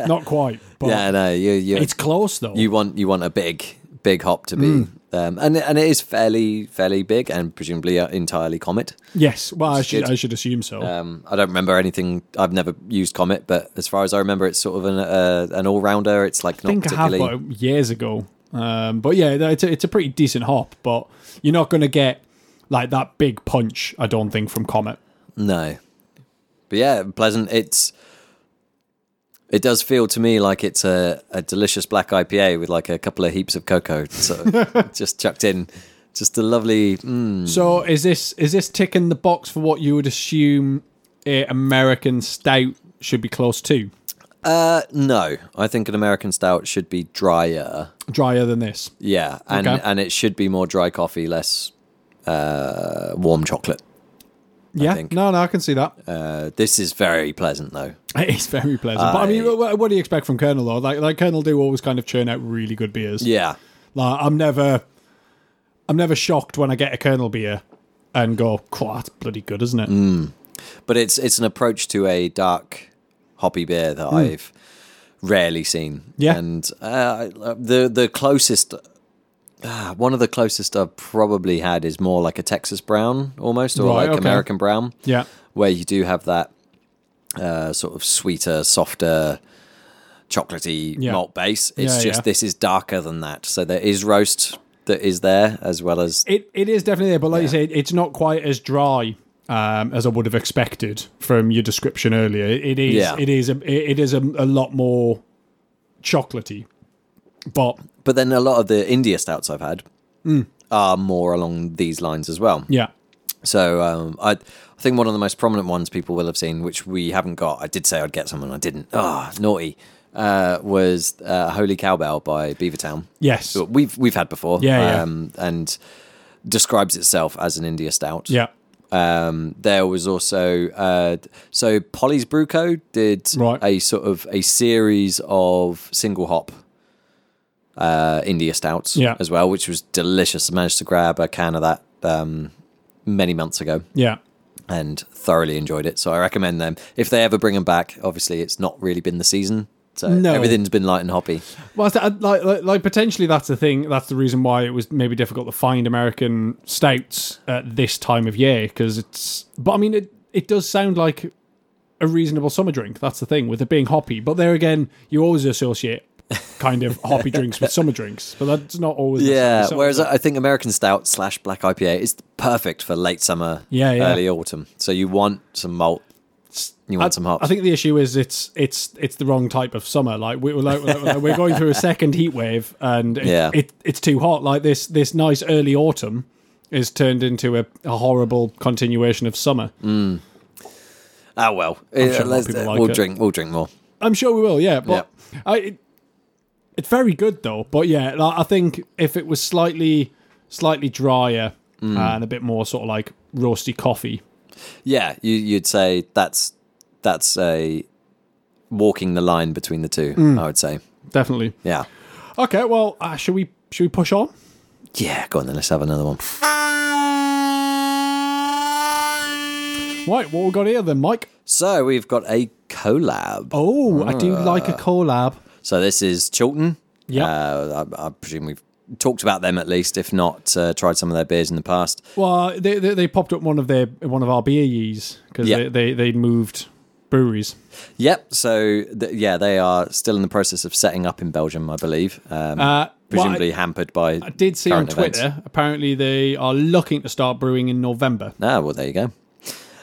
Speaker 2: not quite, but
Speaker 1: yeah, no, you you
Speaker 2: Oh. it's Mm. close though.
Speaker 1: you want you want a big big hop to be, um, and and it is fairly fairly big and presumably uh, entirely Comet.
Speaker 2: yes, well, I should
Speaker 1: good.
Speaker 2: I should assume so.
Speaker 1: Um, I don't remember anything. I've never used Comet, but as far as I remember, it's sort of an uh, an all rounder. It's like
Speaker 2: I
Speaker 1: not
Speaker 2: think I have
Speaker 1: particularly.
Speaker 2: got it years ago. Um, but yeah, no, it's a, it's a pretty decent hop, but you're not going to get like that big punch, I don't think, from Comet.
Speaker 1: No. But yeah, pleasant. It's it does feel to me like it's a, a delicious black IPA with like a couple of heaps of cocoa sort of just chucked in. Just a lovely mm,
Speaker 2: So is this is this ticking the box for what you would assume a American stout should be close to?
Speaker 1: uh no. I think an American stout should be drier.
Speaker 2: Drier than this.
Speaker 1: Yeah. And
Speaker 2: Okay.
Speaker 1: and it should be more dry coffee, less uh warm chocolate.
Speaker 2: Yeah,
Speaker 1: think.
Speaker 2: no, no, I can see that. [LAUGHS]
Speaker 1: Uh this is very pleasant though.
Speaker 2: It is very pleasant. but I mean,
Speaker 1: I-
Speaker 2: what, what do you expect from Colonel though? Like, like Colonel do always kind of churn out really good beers.
Speaker 1: Yeah.
Speaker 2: Like I'm never, I'm never shocked when I get a Colonel beer and go, "Cool, that's bloody good, isn't it?"
Speaker 1: Hmm. but it's it's an approach to a dark hoppy beer that I've rarely seen.
Speaker 2: Hmm. Yeah.
Speaker 1: and uh, I- the the closest. ah, One of the closest I've probably had is more like a Texas brown almost, or
Speaker 2: Right,
Speaker 1: like
Speaker 2: okay.
Speaker 1: American brown,
Speaker 2: Yeah.
Speaker 1: where you do have that uh, sort of sweeter, softer, chocolatey
Speaker 2: Yeah.
Speaker 1: malt base. It's
Speaker 2: Yeah,
Speaker 1: just
Speaker 2: yeah.
Speaker 1: this is darker than that. So there is roast that is there as well as
Speaker 2: It it is definitely there, but like you say, it's not quite as dry um, as I would have expected from your description earlier. It is
Speaker 1: Yeah.
Speaker 2: it is a, it is a, a lot more chocolatey, but
Speaker 1: but then a lot of the India stouts I've had are more along these lines as well.
Speaker 2: yeah,
Speaker 1: So um, I, I think one of the most prominent ones people will have seen, which we haven't got. I did say I'd get some and I didn't. Ah, naughty. Uh, was uh, Holy Cowbell by Beavertown.
Speaker 2: yes,
Speaker 1: So we've we've had before.
Speaker 2: Yeah, yeah.
Speaker 1: Um, and describes itself as an India stout.
Speaker 2: yeah,
Speaker 1: Um, there was also uh, so Polly's Bruco did
Speaker 2: Right.
Speaker 1: a sort of a series of single hop uh, India stouts
Speaker 2: Yeah.
Speaker 1: as well, which was delicious. I managed to grab a can of that um, many months ago
Speaker 2: yeah.
Speaker 1: and thoroughly enjoyed it. So I recommend them if they ever bring them back. Obviously, it's not really been the season, so
Speaker 2: No.
Speaker 1: everything's been light and hoppy.
Speaker 2: Well, I- I- like, like, like potentially that's the thing. That's the reason why it was maybe difficult to find American stouts at this time of year because it's. But I mean, it it does sound like a reasonable summer drink. That's the thing with it being hoppy. But there again, you always associate kind of hoppy drinks with summer drinks, but that's not always.
Speaker 1: Yeah.
Speaker 2: necessarily so.
Speaker 1: Whereas I think American Stout slash Black IPA is perfect for late summer,
Speaker 2: Yeah, yeah.
Speaker 1: early autumn. So you want some malt, you want
Speaker 2: I,
Speaker 1: some hops.
Speaker 2: I think the issue is it's it's it's the wrong type of summer. Like we, we're like, like, we're going through a second heat wave, and it,
Speaker 1: Yeah.
Speaker 2: it it's too hot. Like this this nice early autumn is turned into a, a horrible continuation of summer.
Speaker 1: Mm. Ah well,
Speaker 2: sure
Speaker 1: Uh, let's-
Speaker 2: people
Speaker 1: uh,
Speaker 2: like
Speaker 1: we'll
Speaker 2: it.
Speaker 1: drink. We'll drink more.
Speaker 2: I'm sure we will. Yeah, but I it, it's very good though. But yeah, like, I think if it was slightly slightly drier
Speaker 1: Mm.
Speaker 2: and a bit more sort of like roasty coffee.
Speaker 1: Yeah, you, you'd say that's that's a walking the line between the two.
Speaker 2: Mm.
Speaker 1: I would say.
Speaker 2: Definitely.
Speaker 1: Yeah.
Speaker 2: Okay, well, uh, should we should we push on?
Speaker 1: Yeah. Go on then. Let's have another one.
Speaker 2: Right, what we got here then, Mike?
Speaker 1: So we've got a collab.
Speaker 2: Oh, I
Speaker 1: Ah.
Speaker 2: do like a collab.
Speaker 1: So this is Chilton.
Speaker 2: Yep.
Speaker 1: Uh, I, I presume we've talked about them at least, if not uh, tried some of their beers in the past.
Speaker 2: Well, they, they they popped up one of their one of our beer yeas because
Speaker 1: Yeah.
Speaker 2: they, they they moved breweries.
Speaker 1: Yep. So th- yeah, they are still in the process of setting up in Belgium, I believe. Um,
Speaker 2: Uh,
Speaker 1: presumably hampered by.
Speaker 2: I did see on
Speaker 1: current events.
Speaker 2: Twitter. Apparently, they are looking to start brewing in November.
Speaker 1: Ah, well, there you go.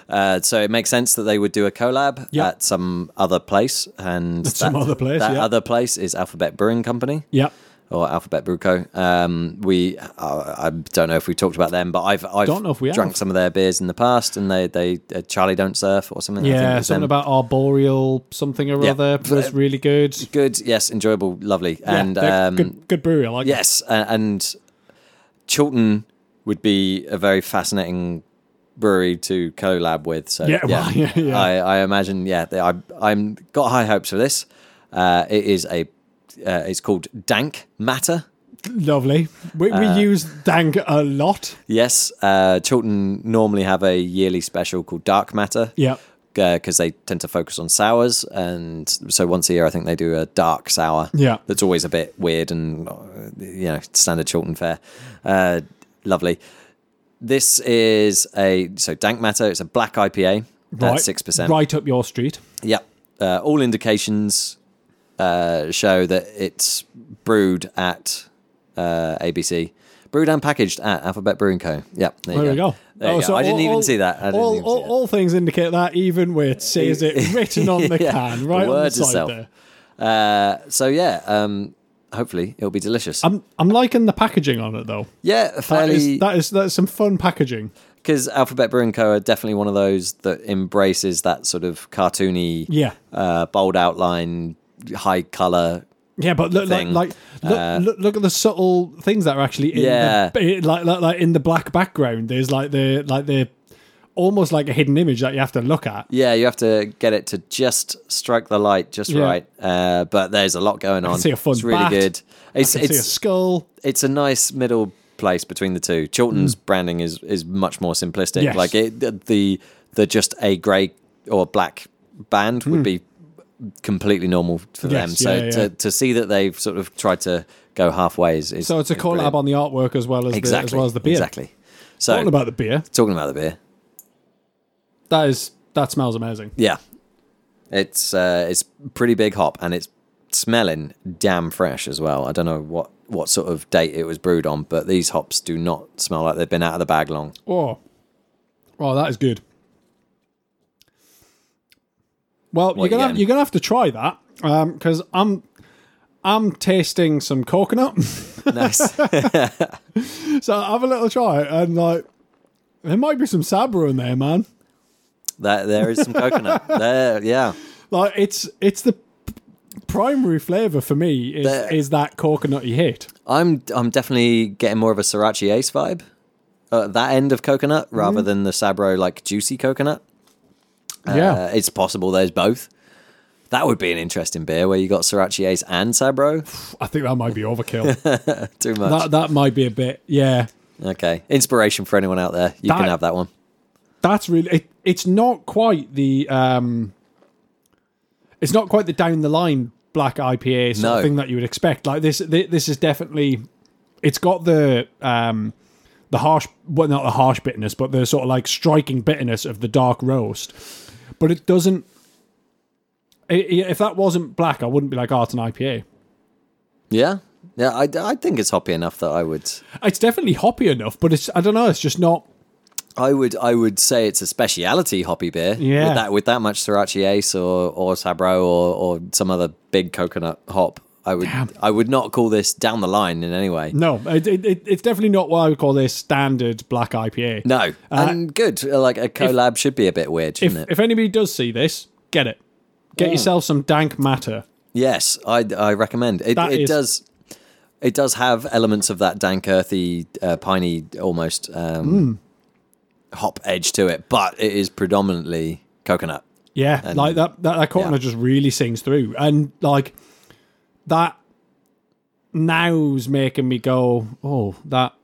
Speaker 1: Uh, so it makes sense that they would do a collab
Speaker 2: Yeah.
Speaker 1: at some other place, and that,
Speaker 2: some other place,
Speaker 1: That
Speaker 2: yeah.
Speaker 1: other place is Alphabet Brewing Company.
Speaker 2: Yeah,
Speaker 1: or Alphabet Bruco. Um, we uh, I don't know if we talked about them, but I've I've
Speaker 2: Don't know if we
Speaker 1: drank
Speaker 2: have.
Speaker 1: some of their beers in the past, and they they uh, Charlie Don't Surf or something. I think it
Speaker 2: yeah.
Speaker 1: was
Speaker 2: Something
Speaker 1: them.
Speaker 2: about arboreal something or
Speaker 1: um, Yeah.
Speaker 2: other was really good.
Speaker 1: good, yes, enjoyable, lovely, and
Speaker 2: yeah, they're
Speaker 1: um,
Speaker 2: good, good brewery. I like. that.
Speaker 1: yes, and, and Chilton would be a very fascinating brewery to collab with. So
Speaker 2: Yeah, [LAUGHS] well, yeah, yeah.
Speaker 1: I, I imagine. Yeah, they, I I'm got high hopes for this. Uh, it is a uh, it's called Dank Matter.
Speaker 2: lovely. We, we
Speaker 1: Uh,
Speaker 2: use dank a lot.
Speaker 1: Yes, uh, Chilton normally have a yearly special called Dark Matter.
Speaker 2: Yeah,
Speaker 1: Because they tend to focus on sours, and so once a year I think they do a dark sour.
Speaker 2: Yeah.
Speaker 1: that's always a bit weird and uh, you know standard Chilton fare. Uh, lovely. This is a so Dank Matter. It's a black IPA.
Speaker 2: right.
Speaker 1: That's six percent.
Speaker 2: Right up your street.
Speaker 1: Yep. Uh, all indications uh, show that it's brewed at uh, ABC. Brewed and packaged at Alphabet Brewing Co. Yep. There,
Speaker 2: There we go.
Speaker 1: There you
Speaker 2: Oh,
Speaker 1: go.
Speaker 2: so
Speaker 1: I didn't
Speaker 2: all-
Speaker 1: even
Speaker 2: all-
Speaker 1: see that. I didn't
Speaker 2: all,
Speaker 1: even see
Speaker 2: all,
Speaker 1: that.
Speaker 2: all things indicate that, even where it says
Speaker 1: [LAUGHS]
Speaker 2: it written on the
Speaker 1: Yeah,
Speaker 2: can,
Speaker 1: the
Speaker 2: right on the
Speaker 1: word
Speaker 2: side
Speaker 1: itself.
Speaker 2: there.
Speaker 1: Uh, so yeah, um, hopefully it'll be delicious.
Speaker 2: I'm I'm liking the packaging on it though.
Speaker 1: yeah,
Speaker 2: Um, That
Speaker 1: fairly
Speaker 2: is, that is that's some fun packaging.
Speaker 1: because Alphabet Brewing Co. are definitely one of those that embraces that sort of cartoony,
Speaker 2: Yeah.
Speaker 1: uh, bold outline, high color.
Speaker 2: Yeah, but look like,
Speaker 1: Thing. Uh,
Speaker 2: like look, look look at the subtle things that are actually in
Speaker 1: Yeah.
Speaker 2: the, like, like like in the black background. There's like the like the almost like a hidden image that you have to look at.
Speaker 1: Yeah, you have to get it to just strike the light just
Speaker 2: Yeah.
Speaker 1: right. Uh, but there's a lot going on.
Speaker 2: see a fun
Speaker 1: it's really
Speaker 2: bat.
Speaker 1: good. It's
Speaker 2: You can see a
Speaker 1: it's
Speaker 2: skull.
Speaker 1: it's a nice middle place between the two. Chilton's branding is is much more simplistic.
Speaker 2: Hmm. Yes.
Speaker 1: Like it, the the just a grey or black band would be completely normal for them.
Speaker 2: Hmm. Yes,
Speaker 1: So
Speaker 2: yeah,
Speaker 1: to
Speaker 2: yeah.
Speaker 1: to see that they've sort of tried to go halfway is, is
Speaker 2: So it's a
Speaker 1: is
Speaker 2: collab
Speaker 1: brilliant.
Speaker 2: on the artwork as well as
Speaker 1: exactly
Speaker 2: the, as well as the beer.
Speaker 1: exactly. So
Speaker 2: Talking about the beer,
Speaker 1: talking about the beer,
Speaker 2: that is that smells amazing.
Speaker 1: yeah, It's uh, it's pretty big hop, and it's smelling damn fresh as well. I don't know what what sort of date it was brewed on, but these hops do not smell like they've been out of the bag
Speaker 2: [LAUGHS]
Speaker 1: long.
Speaker 2: Oh, oh, that is good. Well,
Speaker 1: What
Speaker 2: you're gonna
Speaker 1: you
Speaker 2: have,
Speaker 1: getting?
Speaker 2: you're gonna have to try that because I'm I'm tasting some coconut, [LAUGHS]
Speaker 1: Nice.
Speaker 2: so have a little try and like there might be some Sabra in there, man.
Speaker 1: that there is some
Speaker 2: [LAUGHS]
Speaker 1: coconut. There, yeah.
Speaker 2: Like it's it's the p- primary flavor for me is
Speaker 1: There-
Speaker 2: is that coconutty hit.
Speaker 1: I'm I'm definitely getting more of a sriracha ace vibe. Uh, that end of coconut
Speaker 2: Mm-hmm.
Speaker 1: rather than the Sabro like juicy coconut. Uh,
Speaker 2: Yeah.
Speaker 1: it's possible there's both. That would be an interesting beer where you got sriracha ace and Sabro. [SIGHS]
Speaker 2: I think that might be overkill.
Speaker 1: [LAUGHS] Too much.
Speaker 2: that that might be a bit. Yeah,
Speaker 1: Okay. Inspiration for anyone out there. You
Speaker 2: That-
Speaker 1: can have that one.
Speaker 2: that's really. It, it's not quite the. um It's not quite the down the line black IPA sort
Speaker 1: No.
Speaker 2: of thing that you would expect. Like this, thi- this is definitely. It's got the um the harsh, well, not the harsh bitterness, but the sort of like striking bitterness of the dark roast, but it doesn't. i- i- If that wasn't black, I wouldn't be like, "Oh, it's an IPA."
Speaker 1: Yeah. Yeah. I, I think it's hoppy enough that I would.
Speaker 2: It's definitely hoppy enough, but it's—I don't know—it's just not.
Speaker 1: I would I would say it's a speciality hoppy beer.
Speaker 2: Yeah.
Speaker 1: With that with that much Sriracha Ace or or Sabro or or some other big coconut hop. I would I would not call this down the line in any way.
Speaker 2: No, it, it, it- it's definitely not what I would call this standard black IPA.
Speaker 1: No. and good. Like a collab should be a bit weird,
Speaker 2: if,
Speaker 1: shouldn't it?
Speaker 2: Uh, if anybody does see this, get it. Get yourself some dank matter.
Speaker 1: Yes, I I recommend. It
Speaker 2: That
Speaker 1: it
Speaker 2: is-
Speaker 1: does it does have elements of that dank earthy uh, piney almost um
Speaker 2: Hmm.
Speaker 1: hop edge to it, but it is predominantly coconut.
Speaker 2: Yeah, like that that, that coconut
Speaker 1: yeah.
Speaker 2: just really sings through, and like that now's making me go, oh, that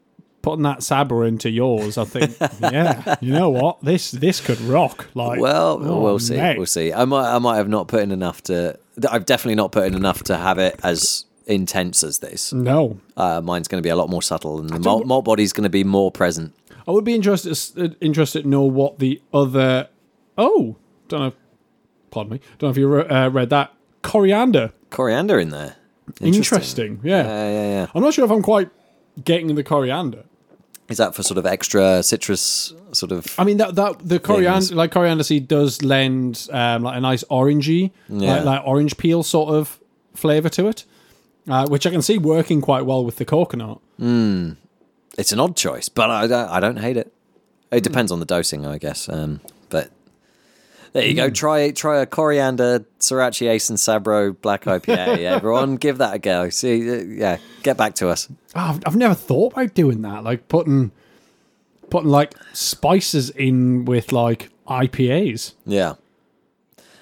Speaker 2: putting that sabre into yours.
Speaker 1: [LAUGHS]
Speaker 2: I think, yeah, you know what, this this could rock. Like,
Speaker 1: Well,
Speaker 2: oh,
Speaker 1: we'll see.
Speaker 2: mate.
Speaker 1: We'll see. I might, I might have not put in enough to. th- I've definitely not put in enough to have it as intense as this.
Speaker 2: No,
Speaker 1: Uh, mine's going to be a lot more subtle, and the malt, malt body's going to be more present.
Speaker 2: I would be interested uh, interested to know what the other. Oh, don't know. Pardon me. Don't know if you re- uh, read that coriander.
Speaker 1: Coriander in there.
Speaker 2: Interesting. Yeah.
Speaker 1: Yeah, yeah, yeah.
Speaker 2: I'm not sure if I'm quite getting the coriander.
Speaker 1: Is that for sort of extra citrus? Sort of.
Speaker 2: I mean that that the coriander
Speaker 1: Things.
Speaker 2: like coriander seed does lend um, like a nice orangey
Speaker 1: Yeah.
Speaker 2: like, like orange peel sort of flavor to it, uh, which I can see working quite well with the coconut.
Speaker 1: It's an odd choice, but I don't, I don't hate it. It depends on the dosing, I guess. Um, but there you
Speaker 2: Mm.
Speaker 1: go. Try try a coriander sriracha ace and sabro black
Speaker 2: [LAUGHS]
Speaker 1: IPA. Everyone, give that a go. See, uh, yeah, get back to us.
Speaker 2: Ah, I've, I've never thought about doing that, like putting putting like spices in with like IPAs.
Speaker 1: Yeah.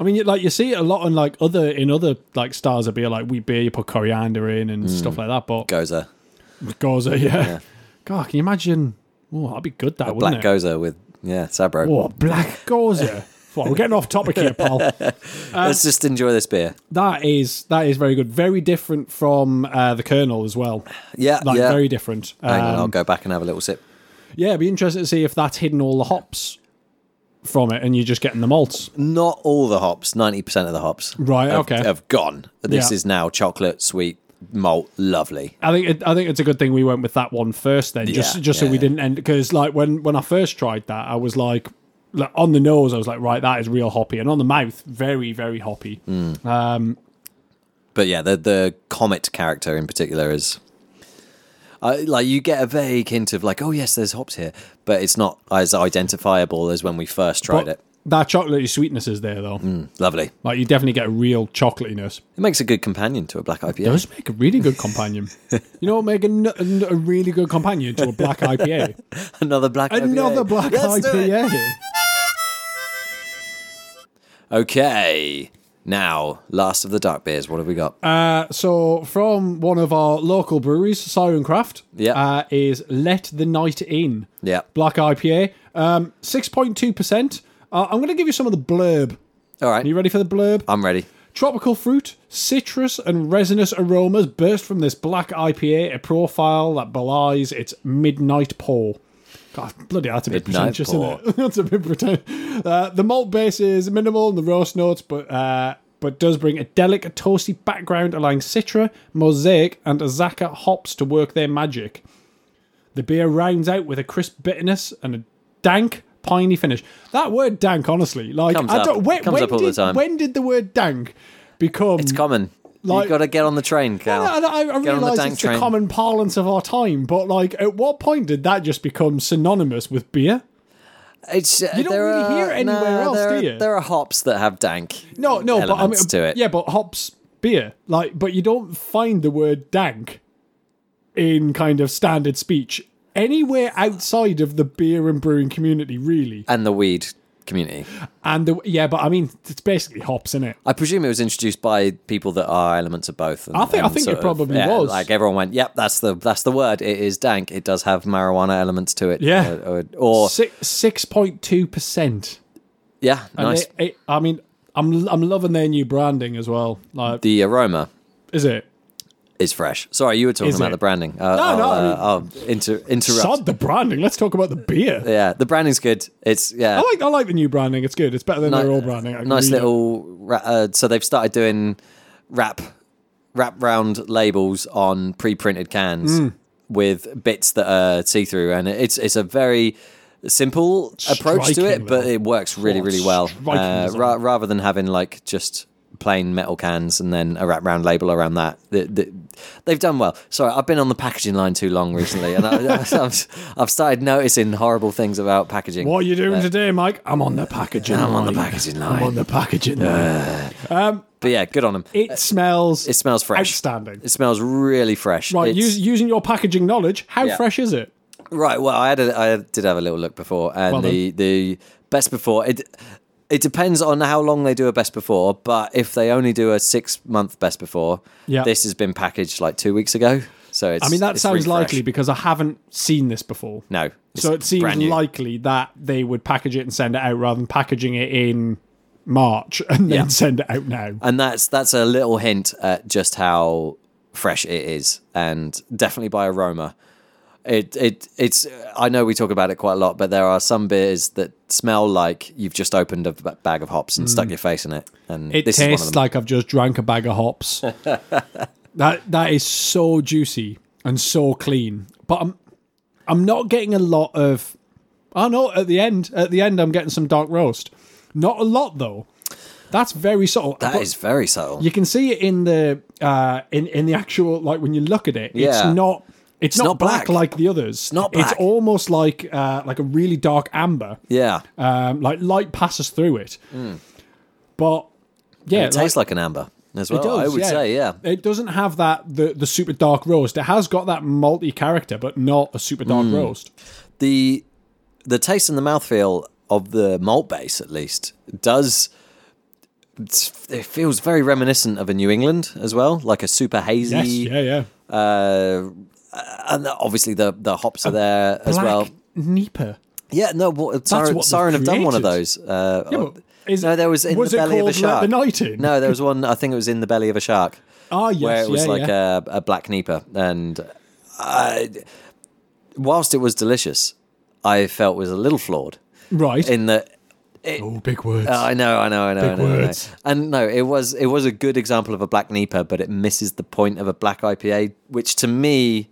Speaker 2: I mean, you- like you see it a lot on like other in other like stars of beer, like wheat beer, you put coriander in and stuff like that. But
Speaker 1: Goza.
Speaker 2: goza, yeah. God, can you imagine? Oh, that'd be good. That wouldn't
Speaker 1: Black
Speaker 2: it?
Speaker 1: Goza with yeah, Sabro.
Speaker 2: Oh, black goza. well, we're getting off topic
Speaker 1: [LAUGHS]
Speaker 2: here, pal.
Speaker 1: Let's just enjoy this beer.
Speaker 2: That is that is very good. Very different from uh, the Colonel as well.
Speaker 1: Yeah,
Speaker 2: Like
Speaker 1: yeah.
Speaker 2: very different.
Speaker 1: Hang on,
Speaker 2: Um,
Speaker 1: I'll go back and have a little sip.
Speaker 2: yeah, it'd be interesting to see if that's hidden all the hops from it, and you're just getting the malts.
Speaker 1: Not all the hops, ninety percent of the hops,
Speaker 2: Right,
Speaker 1: have,
Speaker 2: okay.
Speaker 1: have gone. This
Speaker 2: Yeah.
Speaker 1: is now chocolate, sweet, malt, lovely.
Speaker 2: I think it, I think it's a good thing we went with that one first, then just
Speaker 1: Yeah,
Speaker 2: just so
Speaker 1: yeah,
Speaker 2: we
Speaker 1: yeah.
Speaker 2: didn't end because like when when I first tried that, I was like, like, on the nose, I was like, right, that is real hoppy, and on the mouth, very very hoppy.
Speaker 1: But yeah, the the comet character in particular is. I like you get a vague hint of like, oh yes, there's hops here, but it's not as identifiable as when we first tried
Speaker 2: But
Speaker 1: it.
Speaker 2: that chocolatey sweetness is there though.
Speaker 1: Lovely.
Speaker 2: Like you definitely get a real chocolatiness.
Speaker 1: It makes a good companion to a black IPA.
Speaker 2: It does make a really good companion. you know what? Make a, n- a n- a really good companion to
Speaker 1: [LAUGHS]
Speaker 2: a black IPA.
Speaker 1: [LAUGHS] Another black IPA.
Speaker 2: Another black
Speaker 1: Let's do it.
Speaker 2: IPA.
Speaker 1: Okay. Now, last of the dark beers. What have we got?
Speaker 2: Uh, so from one of our local breweries, Siren Craft,
Speaker 1: Yeah.
Speaker 2: uh, is Let the Night In.
Speaker 1: Yeah.
Speaker 2: Black IPA, um, 6.2%. Uh, I'm going to give you some of the blurb.
Speaker 1: All right.
Speaker 2: Are you ready for the blurb?
Speaker 1: I'm ready.
Speaker 2: Tropical fruit, citrus, and resinous aromas burst from this black IPA, a profile that belies its midnight pour. God, bloody hell, that's a bit
Speaker 1: Midnight
Speaker 2: pretentious, isn't it? [LAUGHS] that's a bit pretentious. Uh, the malt base is minimal in the roast notes, but uh, but does bring a delicate, toasty background, allowing Citra, Mosaic, and Azaka hops to work their magic. The beer rounds out with a crisp bitterness and a dank, piney finish. That word dank, honestly, like
Speaker 1: Comes
Speaker 2: I
Speaker 1: up.
Speaker 2: don't. When,
Speaker 1: Comes
Speaker 2: when
Speaker 1: up all the
Speaker 2: did,
Speaker 1: time.
Speaker 2: When did the word dank become?
Speaker 1: It's common.
Speaker 2: Like-
Speaker 1: you got to get on the train, Cal.
Speaker 2: I, I, I
Speaker 1: get on the
Speaker 2: realise
Speaker 1: tank
Speaker 2: it's
Speaker 1: train.
Speaker 2: the common parlance of our time, but like, at what point did that just become synonymous with beer?
Speaker 1: It's, uh,
Speaker 2: You don't
Speaker 1: there
Speaker 2: really
Speaker 1: are,
Speaker 2: hear it anywhere
Speaker 1: no,
Speaker 2: else,
Speaker 1: there
Speaker 2: do
Speaker 1: are,
Speaker 2: you?
Speaker 1: There are hops that have dank.
Speaker 2: No, no, but I mean,
Speaker 1: elements to it.
Speaker 2: yeah, but hops beer, like, but you don't find the word dank in kind of standard speech anywhere outside of the beer and brewing community, really.
Speaker 1: and the weed community.
Speaker 2: And the yeah, but I mean, it's basically hops in it.
Speaker 1: I presume it was introduced by people that are elements of both. and-
Speaker 2: I think- I
Speaker 1: and
Speaker 2: think it
Speaker 1: sort of-
Speaker 2: probably
Speaker 1: yeah,
Speaker 2: was.
Speaker 1: Like everyone went, "Yep, that's the that's the word. It is dank. It does have marijuana elements to it." Uh,
Speaker 2: Yeah.
Speaker 1: or, or- or-
Speaker 2: Six six point two percent.
Speaker 1: yeah, nice.
Speaker 2: I mean, I'm I'm loving their new branding as well. Like,
Speaker 1: the aroma
Speaker 2: is it?
Speaker 1: is fresh. Sorry, you were talking
Speaker 2: Is
Speaker 1: about
Speaker 2: it?
Speaker 1: the branding. Uh,
Speaker 2: No,
Speaker 1: I'll,
Speaker 2: no, I mean-
Speaker 1: uh, I'll inter- interrupt.
Speaker 2: Sod the branding. Let's talk about the beer.
Speaker 1: Yeah, the branding's good. It's yeah,
Speaker 2: I like I like the new branding. It's good. It's better than their old branding. I can
Speaker 1: nice
Speaker 2: read it.
Speaker 1: little. Ra- uh, so they've started doing wrap wrap round labels on pre-printed cans
Speaker 2: Hmm.
Speaker 1: with bits that are see-through, and it's it's a very simple approach to
Speaker 2: Striking
Speaker 1: it, but
Speaker 2: little-
Speaker 1: it works really really well.
Speaker 2: striking
Speaker 1: Uh,
Speaker 2: design.
Speaker 1: ra- rather than having like just plain metal cans and then a wrap round label around that The- the- they've done well sorry i've been on the packaging line too long recently and I, [LAUGHS] I've, I've started noticing horrible things about packaging
Speaker 2: What are you doing today, Mike? I'm on the packaging.
Speaker 1: I'm on the
Speaker 2: line.
Speaker 1: packaging
Speaker 2: I'm
Speaker 1: line.
Speaker 2: on the packaging. line.
Speaker 1: but yeah good on them
Speaker 2: It smells.
Speaker 1: It smells fresh.
Speaker 2: Outstanding.
Speaker 1: It smells really fresh.
Speaker 2: right.
Speaker 1: It's-
Speaker 2: Use, using your packaging knowledge, how
Speaker 1: Yeah.
Speaker 2: fresh is it?
Speaker 1: right. Well, I had a, I did have a little look before, and
Speaker 2: Well
Speaker 1: the the best before it. It depends on how long they do a best before, but if they only do a six month best before,
Speaker 2: Yeah.
Speaker 1: this has been packaged like two weeks ago. So it's.
Speaker 2: I mean, that
Speaker 1: it's
Speaker 2: sounds
Speaker 1: really fresh.
Speaker 2: likely because I haven't seen this before.
Speaker 1: No. it's
Speaker 2: so it seems
Speaker 1: brand new.
Speaker 2: likely that they would package it and send it out rather than packaging it in March and then
Speaker 1: Yeah.
Speaker 2: send it out now.
Speaker 1: and that's that's a little hint at just how fresh it is and definitely by aroma it it it's i know we talk about it quite a lot but there are some beers that smell like you've just opened a b- bag of hops and stuck your face in it and
Speaker 2: Mm. It
Speaker 1: this is one
Speaker 2: tastes
Speaker 1: of them
Speaker 2: like I've just drank a bag of
Speaker 1: [LAUGHS]
Speaker 2: hops. that that is so juicy and so clean. But I'm I'm not getting a lot of I know at the end at the end I'm getting some dark roast. Not a lot though. That's very subtle.
Speaker 1: That is
Speaker 2: But
Speaker 1: very subtle
Speaker 2: you can see it in the uh in in the actual like when you look at it
Speaker 1: Yeah.
Speaker 2: it's not it's, not,
Speaker 1: not
Speaker 2: black,
Speaker 1: black.
Speaker 2: like the others.
Speaker 1: not
Speaker 2: It's
Speaker 1: black.
Speaker 2: almost like uh like a really dark amber.
Speaker 1: yeah
Speaker 2: Um like light passes through it. But yeah,
Speaker 1: Hmm. it tastes like an amber as well Oh, i would say yeah
Speaker 2: It doesn't have that the, the super dark roast. It has got that malty character, but not a super
Speaker 1: Hmm.
Speaker 2: dark roast.
Speaker 1: the the taste and the mouthfeel of the malt base at least does it feels very reminiscent of a New England as well, like a super hazy.
Speaker 2: Yes, yeah, yeah.
Speaker 1: uh, and the- obviously the the hops are there as well.
Speaker 2: Nipah.
Speaker 1: Yeah, no, what, Siren,
Speaker 2: what they've
Speaker 1: Siren have done one of
Speaker 2: created.
Speaker 1: those. Uh,
Speaker 2: Yeah, but is-
Speaker 1: no, there was in
Speaker 2: was
Speaker 1: the
Speaker 2: it
Speaker 1: belly of a
Speaker 2: called Let
Speaker 1: shark.
Speaker 2: the Night In?
Speaker 1: No, there was one. I think it was in the belly of a
Speaker 2: [LAUGHS]
Speaker 1: shark.
Speaker 2: Ah, yes,
Speaker 1: where it was
Speaker 2: yeah,
Speaker 1: like
Speaker 2: yeah.
Speaker 1: a, a black Nipah. and I, whilst it was delicious, I felt was a little flawed
Speaker 2: right.
Speaker 1: in that
Speaker 2: oh, big words.
Speaker 1: I know, I know, I know, I know, I know.
Speaker 2: words.
Speaker 1: And no, it was it was a good example of a black Nipah, but it misses the point of a black IPA, which to me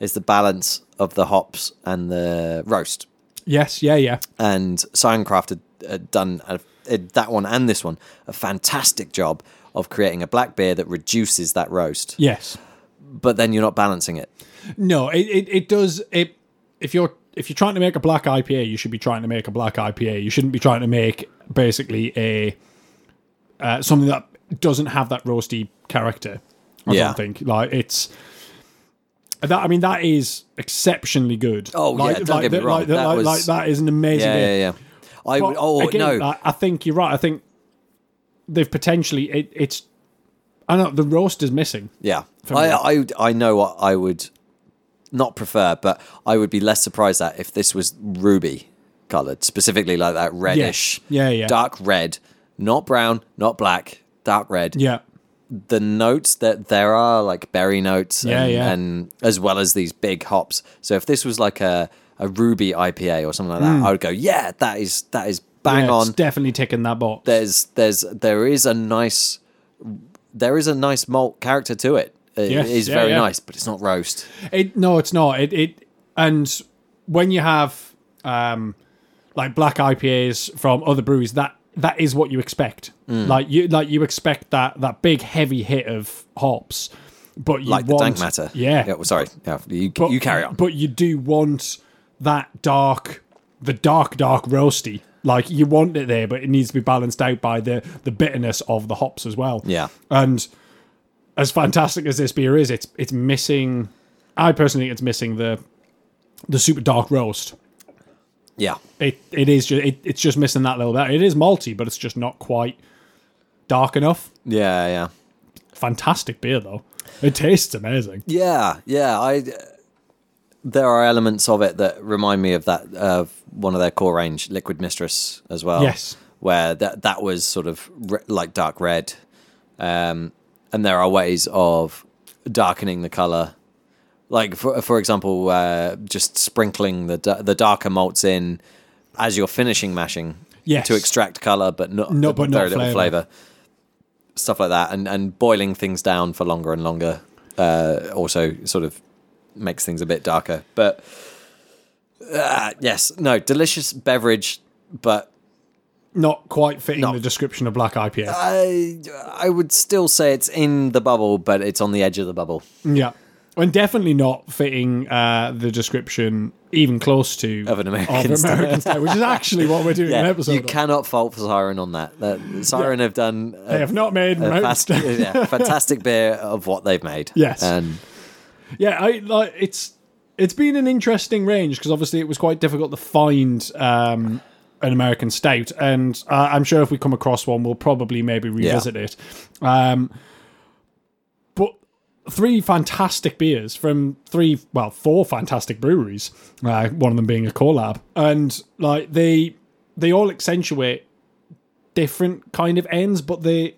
Speaker 1: is the balance of the hops and the roast.
Speaker 2: yes, yeah, yeah.
Speaker 1: And Cyancraft had, had done a, had that one and this one a fantastic job of creating a black beer that reduces that roast,
Speaker 2: Yes.
Speaker 1: but then you're not balancing it.
Speaker 2: No, it, it, it does it if you're if you're trying to make a black IPA, you should be trying to make a black IPA. You shouldn't be trying to make basically a uh, something that doesn't have that roasty character. I
Speaker 1: Yeah.
Speaker 2: don't think like it's that. I mean, that is exceptionally good.
Speaker 1: Oh, yeah,
Speaker 2: like,
Speaker 1: don't
Speaker 2: like,
Speaker 1: get me
Speaker 2: that-
Speaker 1: wrong.
Speaker 2: Like, that-
Speaker 1: That
Speaker 2: like,
Speaker 1: was-
Speaker 2: like that is an amazing.
Speaker 1: Yeah,
Speaker 2: beer.
Speaker 1: yeah, yeah. I
Speaker 2: But
Speaker 1: would. Oh
Speaker 2: again,
Speaker 1: no,
Speaker 2: like, I think you're right. I think they've potentially it, it's. I know the roast is missing.
Speaker 1: Yeah, I, I I know what I would not prefer, but I would be less surprised at if this was ruby colored, specifically like that reddish,
Speaker 2: Yeah, yeah.
Speaker 1: dark red, not brown, not black, dark red.
Speaker 2: Yeah,
Speaker 1: The notes that there are like berry notes,
Speaker 2: Yeah,
Speaker 1: and,
Speaker 2: yeah.
Speaker 1: and as well as these big hops. So if this was like a a ruby IPA or something like
Speaker 2: Mm.
Speaker 1: that, I would go, yeah, that is that is bang
Speaker 2: Yeah, it's
Speaker 1: on.
Speaker 2: definitely ticking that box.
Speaker 1: there's there's there is a nice there is a nice malt character to it. It is
Speaker 2: Yes, yeah,
Speaker 1: very
Speaker 2: yeah.
Speaker 1: nice, but it's not roast.
Speaker 2: It no, it's not. It it and when you have um like black IPAs from other breweries, that that is what you expect.
Speaker 1: Mm.
Speaker 2: Like you like you expect that that big heavy hit of hops, but you
Speaker 1: Like
Speaker 2: want,
Speaker 1: the dank matter.
Speaker 2: Yeah,
Speaker 1: well, sorry. Yeah, you,
Speaker 2: but-
Speaker 1: you carry on.
Speaker 2: But you do want that dark, the dark dark roasty. Like you want it there, but it needs to be balanced out by the the bitterness of the hops as well.
Speaker 1: Yeah.
Speaker 2: And as fantastic as this beer is, it's it's missing. I personally think it's missing the the super dark roast.
Speaker 1: Yeah.
Speaker 2: It it is just it, it's just missing that little bit. It is malty, but it's just not quite dark enough.
Speaker 1: Yeah, yeah.
Speaker 2: Fantastic beer though. It tastes amazing.
Speaker 1: Yeah, yeah. I uh, there are elements of it that remind me of that of one of their core range, Liquid Mistress, as well.
Speaker 2: Yes.
Speaker 1: where that that was sort of re- like dark red, um, and there are ways of darkening the color. Like for for example, uh, just sprinkling the da- the darker malts in as you're finishing mashing
Speaker 2: Yes.
Speaker 1: to extract color, but not
Speaker 2: No, but not
Speaker 1: very little
Speaker 2: flavor.
Speaker 1: flavor. Stuff like that, and and boiling things down for longer and longer uh, also sort of makes things a bit darker. But uh, yes, no, delicious beverage, but
Speaker 2: Not quite fitting
Speaker 1: No.
Speaker 2: the description of black IPA.
Speaker 1: I I would still say it's in the bubble, but it's on the edge of the bubble.
Speaker 2: Yeah. And definitely not fitting uh, the description even close to
Speaker 1: Of an American
Speaker 2: of American style, which is actually
Speaker 1: [LAUGHS]
Speaker 2: what we're doing an episode.
Speaker 1: you
Speaker 2: on.
Speaker 1: cannot fault Siren on that. that Siren have done
Speaker 2: They
Speaker 1: a,
Speaker 2: have not made
Speaker 1: a
Speaker 2: American
Speaker 1: Uh, fast-
Speaker 2: style.
Speaker 1: yeah, fantastic beer of what they've made.
Speaker 2: [LAUGHS] Yes.
Speaker 1: and
Speaker 2: Yeah, I like it's it's been an interesting range because obviously it was quite difficult to find um, an American stout, and uh, I'm sure if we come across one, we'll probably maybe revisit it. Um, but three fantastic beers from three, well, four fantastic breweries. Uh, one of them being a collab, and like they they all accentuate different kind of ends, but they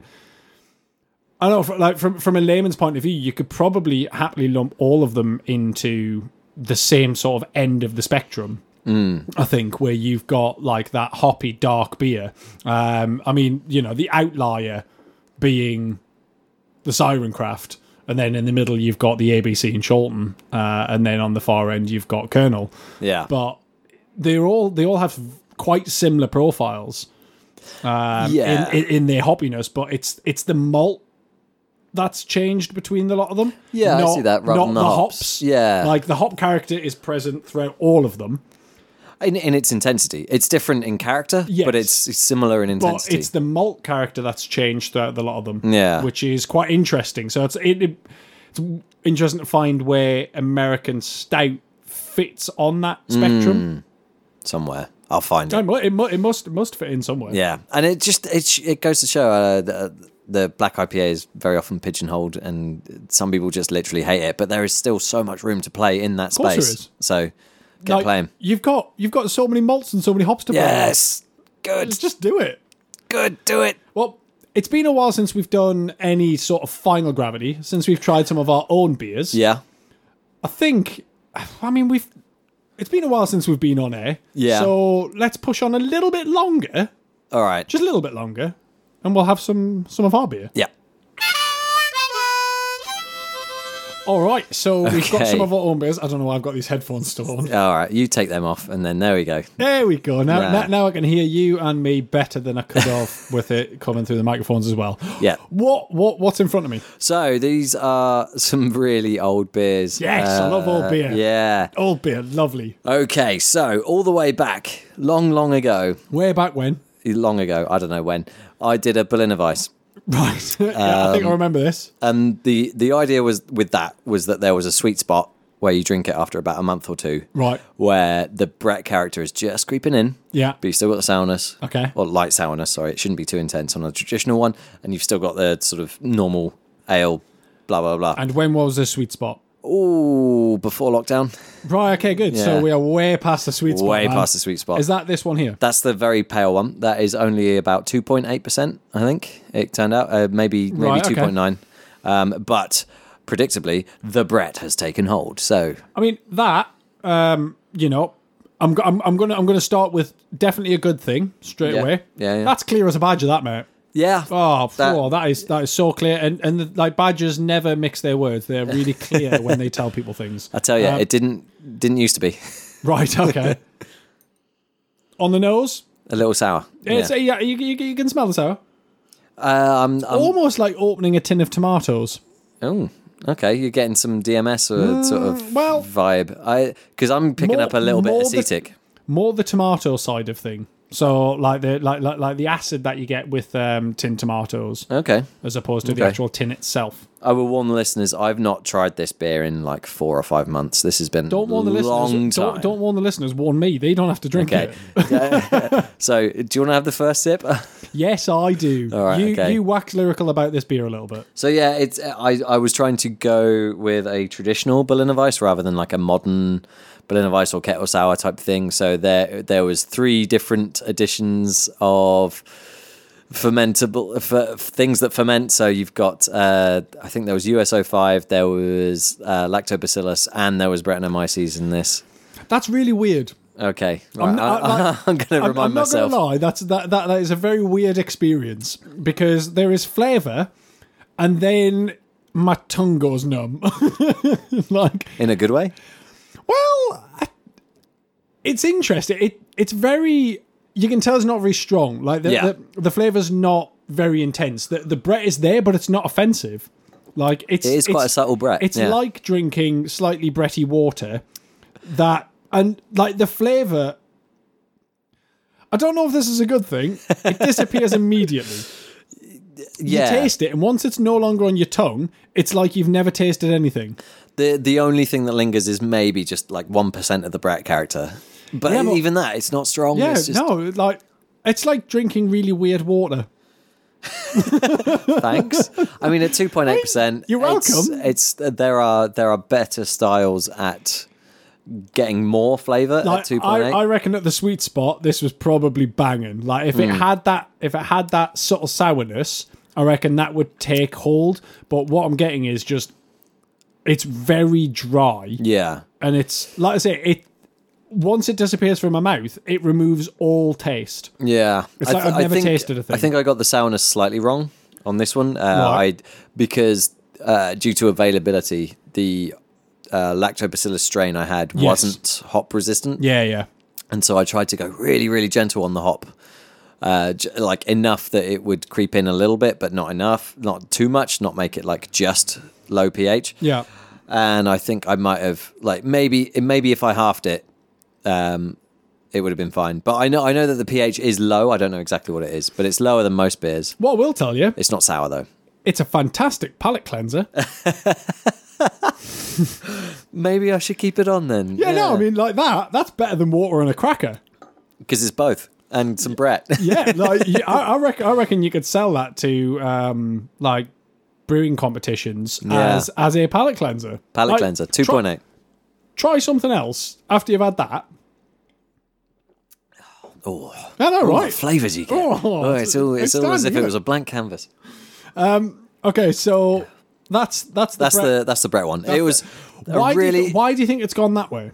Speaker 2: I don't know, fr- like from from a layman's point of view, you could probably happily lump all of them into the same sort of end of the spectrum. I think where you've got like that hoppy dark beer. Um, I mean, you know, the outlier being the Siren Craft, and then in the middle you've got the ABC in Cholton, uh, and then on the far end you've got Colonel.
Speaker 1: yeah,
Speaker 2: But they're all they all have quite similar profiles
Speaker 1: yeah,
Speaker 2: um, in, in, in their hoppiness, but it's it's the malt that's changed between the lot of them.
Speaker 1: Yeah, I see that, rather
Speaker 2: not
Speaker 1: than
Speaker 2: the
Speaker 1: the
Speaker 2: hops.
Speaker 1: hops. Yeah.
Speaker 2: like the hop character is present throughout all of them,
Speaker 1: in, in its intensity, it's different in character,
Speaker 2: Yes.
Speaker 1: but it's similar in
Speaker 2: but
Speaker 1: intensity.
Speaker 2: it's the malt character that's changed throughout the lot of them.
Speaker 1: Yeah.
Speaker 2: which is quite interesting. So it's it, it- it's interesting to find where American stout fits on that
Speaker 1: Mm.
Speaker 2: spectrum.
Speaker 1: somewhere. I'll find it.
Speaker 2: It, mu- it, mu- it must it must fit in somewhere.
Speaker 1: Yeah, and it just it sh- it goes to show uh, the, the black IPA is very often pigeonholed, and some people just literally hate it. But there is still so much room to play in that
Speaker 2: course
Speaker 1: space.
Speaker 2: there is.
Speaker 1: So get
Speaker 2: Like,
Speaker 1: playing.
Speaker 2: You've got you've got so many malts and so many hops to play. with.
Speaker 1: Yes, good,
Speaker 2: just do it.
Speaker 1: good, do it.
Speaker 2: Well, it's been a while since we've done any sort of final gravity, since we've tried some of our own beers.
Speaker 1: Yeah,
Speaker 2: I think, I mean, we've. It's been a while since we've been on air.
Speaker 1: Yeah.
Speaker 2: So let's push on a little bit longer,
Speaker 1: all right.
Speaker 2: just a little bit longer, and we'll have some some of our beer.
Speaker 1: yeah,
Speaker 2: All right. So we've got
Speaker 1: Okay.
Speaker 2: some of our own beers. I don't know why I've got these headphones still on.
Speaker 1: all right. You take them off, and then there we go.
Speaker 2: There we go. Now,
Speaker 1: Right.
Speaker 2: now, now I can hear you and me better than I could
Speaker 1: [LAUGHS]
Speaker 2: have with it coming through the microphones as well.
Speaker 1: Yeah.
Speaker 2: What what what's in front of me?
Speaker 1: So these are some really old beers.
Speaker 2: Yes, I love old
Speaker 1: Uh,
Speaker 2: beer.
Speaker 1: Yeah.
Speaker 2: Old Oh, beer, lovely.
Speaker 1: Okay, so all the way back, long, long ago,
Speaker 2: Way back when.
Speaker 1: long ago, I don't know when, I did a Berliner Weiss.
Speaker 2: [LAUGHS] Right. yeah, I
Speaker 1: Um,
Speaker 2: think I remember this.
Speaker 1: and the the idea was with that was that there was a sweet spot where you drink it after about a month or two,
Speaker 2: Right.
Speaker 1: Where the Brett character is just creeping in,
Speaker 2: Yeah.
Speaker 1: but you still got the sourness,
Speaker 2: Okay.
Speaker 1: or light sourness. Sorry, it shouldn't be too intense on a traditional one, and you've still got the sort of normal ale, blah blah blah.
Speaker 2: And when was the sweet spot?
Speaker 1: Ooh, before lockdown,
Speaker 2: Right, okay, good. So
Speaker 1: Yeah.
Speaker 2: we are way past the sweet spot.
Speaker 1: way
Speaker 2: man.
Speaker 1: past the sweet spot.
Speaker 2: Is that this one here?
Speaker 1: That's the very pale one. That is only about 2.8%, I think it turned out. Uh, maybe maybe
Speaker 2: Right, okay.
Speaker 1: 2.9. Um, but predictably, the Brett has taken hold. So,
Speaker 2: I mean, that, um, you know, I'm, go- I'm, I'm gonna I'm gonna start with definitely a good thing straight
Speaker 1: Yeah.
Speaker 2: away.
Speaker 1: Yeah, yeah.
Speaker 2: that's clear as a badger, that mate.
Speaker 1: Yeah.
Speaker 2: Oh,
Speaker 1: That-
Speaker 2: phew, that is that is so clear. And and the, like badgers never mix their words;
Speaker 1: [LAUGHS]
Speaker 2: they're really clear when they tell people things.
Speaker 1: I tell you,
Speaker 2: Um,
Speaker 1: it didn't didn't used to be [LAUGHS]
Speaker 2: right. Okay. On the nose,
Speaker 1: a little sour.
Speaker 2: it's
Speaker 1: yeah.
Speaker 2: yeah, you, you, you can smell the sour.
Speaker 1: Uh, I'm, I'm-
Speaker 2: Almost like opening a tin of tomatoes.
Speaker 1: oh, okay. You're getting some DMS or sort of
Speaker 2: Mm, well-
Speaker 1: vibe. I because I'm picking
Speaker 2: More-
Speaker 1: up a little bit
Speaker 2: more the-
Speaker 1: acetic.
Speaker 2: more the tomato side of thing. So like the like like, like the acid that you get with um, tin tomatoes
Speaker 1: okay.
Speaker 2: as opposed to the
Speaker 1: Okay.
Speaker 2: actual tin itself.
Speaker 1: I will warn the listeners. I've not tried this beer in like four or five months. This has been
Speaker 2: Don't warn the
Speaker 1: long
Speaker 2: listeners.
Speaker 1: time.
Speaker 2: Don't, don't warn the listeners. Warn me. They don't have to drink
Speaker 1: Okay.
Speaker 2: it.
Speaker 1: [LAUGHS] so, do you want to have the first sip?
Speaker 2: Yes, I do.
Speaker 1: [LAUGHS] All right,
Speaker 2: you
Speaker 1: okay.
Speaker 2: you wax lyrical about this beer a little bit.
Speaker 1: so yeah, it's I I was trying to go with a traditional Berliner Weiss rather than like a modern Berliner Weiss or kettle sour type thing. So there there was three different editions of fermentable f- things that ferment. So you've got uh, I think there was USO five, there was uh, lactobacillus, and there was Brettanomyces in this.
Speaker 2: That's really weird.
Speaker 1: Okay, right, [LAUGHS]
Speaker 2: I'm- I-
Speaker 1: I,
Speaker 2: like-
Speaker 1: am going to
Speaker 2: I'm,
Speaker 1: remind
Speaker 2: I'm not
Speaker 1: myself.
Speaker 2: gonna lie. That's that, that that is a very weird experience because there is flavour, and then my tongue goes numb. [LAUGHS] like
Speaker 1: In a good way.
Speaker 2: Well, I- it's interesting. It it's very you can tell it's not very strong. Like the
Speaker 1: Yeah.
Speaker 2: the, the flavor's not very intense. The the Brett is there, but it's not offensive. Like it's
Speaker 1: It is quite
Speaker 2: it's-
Speaker 1: a subtle Brett.
Speaker 2: It's
Speaker 1: yeah.
Speaker 2: like drinking slightly Bretty water. That and like the flavor. I don't know if this is a good thing.
Speaker 1: [LAUGHS]
Speaker 2: It disappears immediately.
Speaker 1: yeah.
Speaker 2: You taste it, and once it's no longer on your tongue, it's like you've never tasted anything.
Speaker 1: The the only thing that lingers is maybe just like one percent of the Brat character, but,
Speaker 2: Yeah, but-
Speaker 1: even that, it's not strong.
Speaker 2: Yeah,
Speaker 1: it's just,
Speaker 2: no, like it's like drinking really weird water. [LAUGHS]
Speaker 1: Thanks. I mean, at two point eight percent,
Speaker 2: You're welcome.
Speaker 1: It's, uh, there are there are better styles at getting more flavour
Speaker 2: Like,
Speaker 1: at two
Speaker 2: I,
Speaker 1: point
Speaker 2: I
Speaker 1: eight.
Speaker 2: reckon at the sweet spot, this was probably banging. Like if it
Speaker 1: Hmm.
Speaker 2: had that, if it had that subtle sourness, I reckon that would take hold. But what I'm getting is just, it's very dry,
Speaker 1: Yeah,
Speaker 2: and it's like I say, it once it disappears from my mouth, it removes all taste.
Speaker 1: yeah.
Speaker 2: It's like I've never
Speaker 1: think,
Speaker 2: tasted a thing.
Speaker 1: I think I got the sourness slightly wrong on this one. Uh,
Speaker 2: Right.
Speaker 1: I because uh, due to availability, the uh, lactobacillus strain I had
Speaker 2: Yes.
Speaker 1: wasn't hop resistant.
Speaker 2: Yeah, yeah.
Speaker 1: and so I tried to go really, really gentle on the hop, uh, j- like enough that it would creep in a little bit, but not enough, not too much, not make it like just low pH.
Speaker 2: Yeah.
Speaker 1: And I think I might have like maybe maybe if I halved it, um, it would have been fine. But I know I know that the pH is low. I don't know exactly what it is, but it's lower than most beers.
Speaker 2: What I will tell you,
Speaker 1: It's not sour though.
Speaker 2: it's a fantastic
Speaker 1: [LAUGHS]
Speaker 2: palate cleanser.
Speaker 1: Maybe I should keep it on then.
Speaker 2: Yeah, no, I mean like that. That's better than water and a cracker.
Speaker 1: because it's both and some Brett.
Speaker 2: [LAUGHS] yeah, like yeah, I, I reckon. I reckon you could sell that to um, like brewing competitions
Speaker 1: Yeah.
Speaker 2: as as a palate cleanser.
Speaker 1: Palate
Speaker 2: Like,
Speaker 1: cleanser,
Speaker 2: try-
Speaker 1: two point eight.
Speaker 2: Try something else after you've had that.
Speaker 1: Oh,
Speaker 2: I know,
Speaker 1: what
Speaker 2: right?
Speaker 1: flavors you get!
Speaker 2: Oh,
Speaker 1: Oh, it's all it's,
Speaker 2: it's
Speaker 1: all as
Speaker 2: done,
Speaker 1: if it
Speaker 2: yeah.
Speaker 1: was a blank canvas.
Speaker 2: Okay, so that's that's the
Speaker 1: That's
Speaker 2: bre-
Speaker 1: the that's the Brett one. it was a
Speaker 2: why do
Speaker 1: really
Speaker 2: you, why do you think it's gone that way?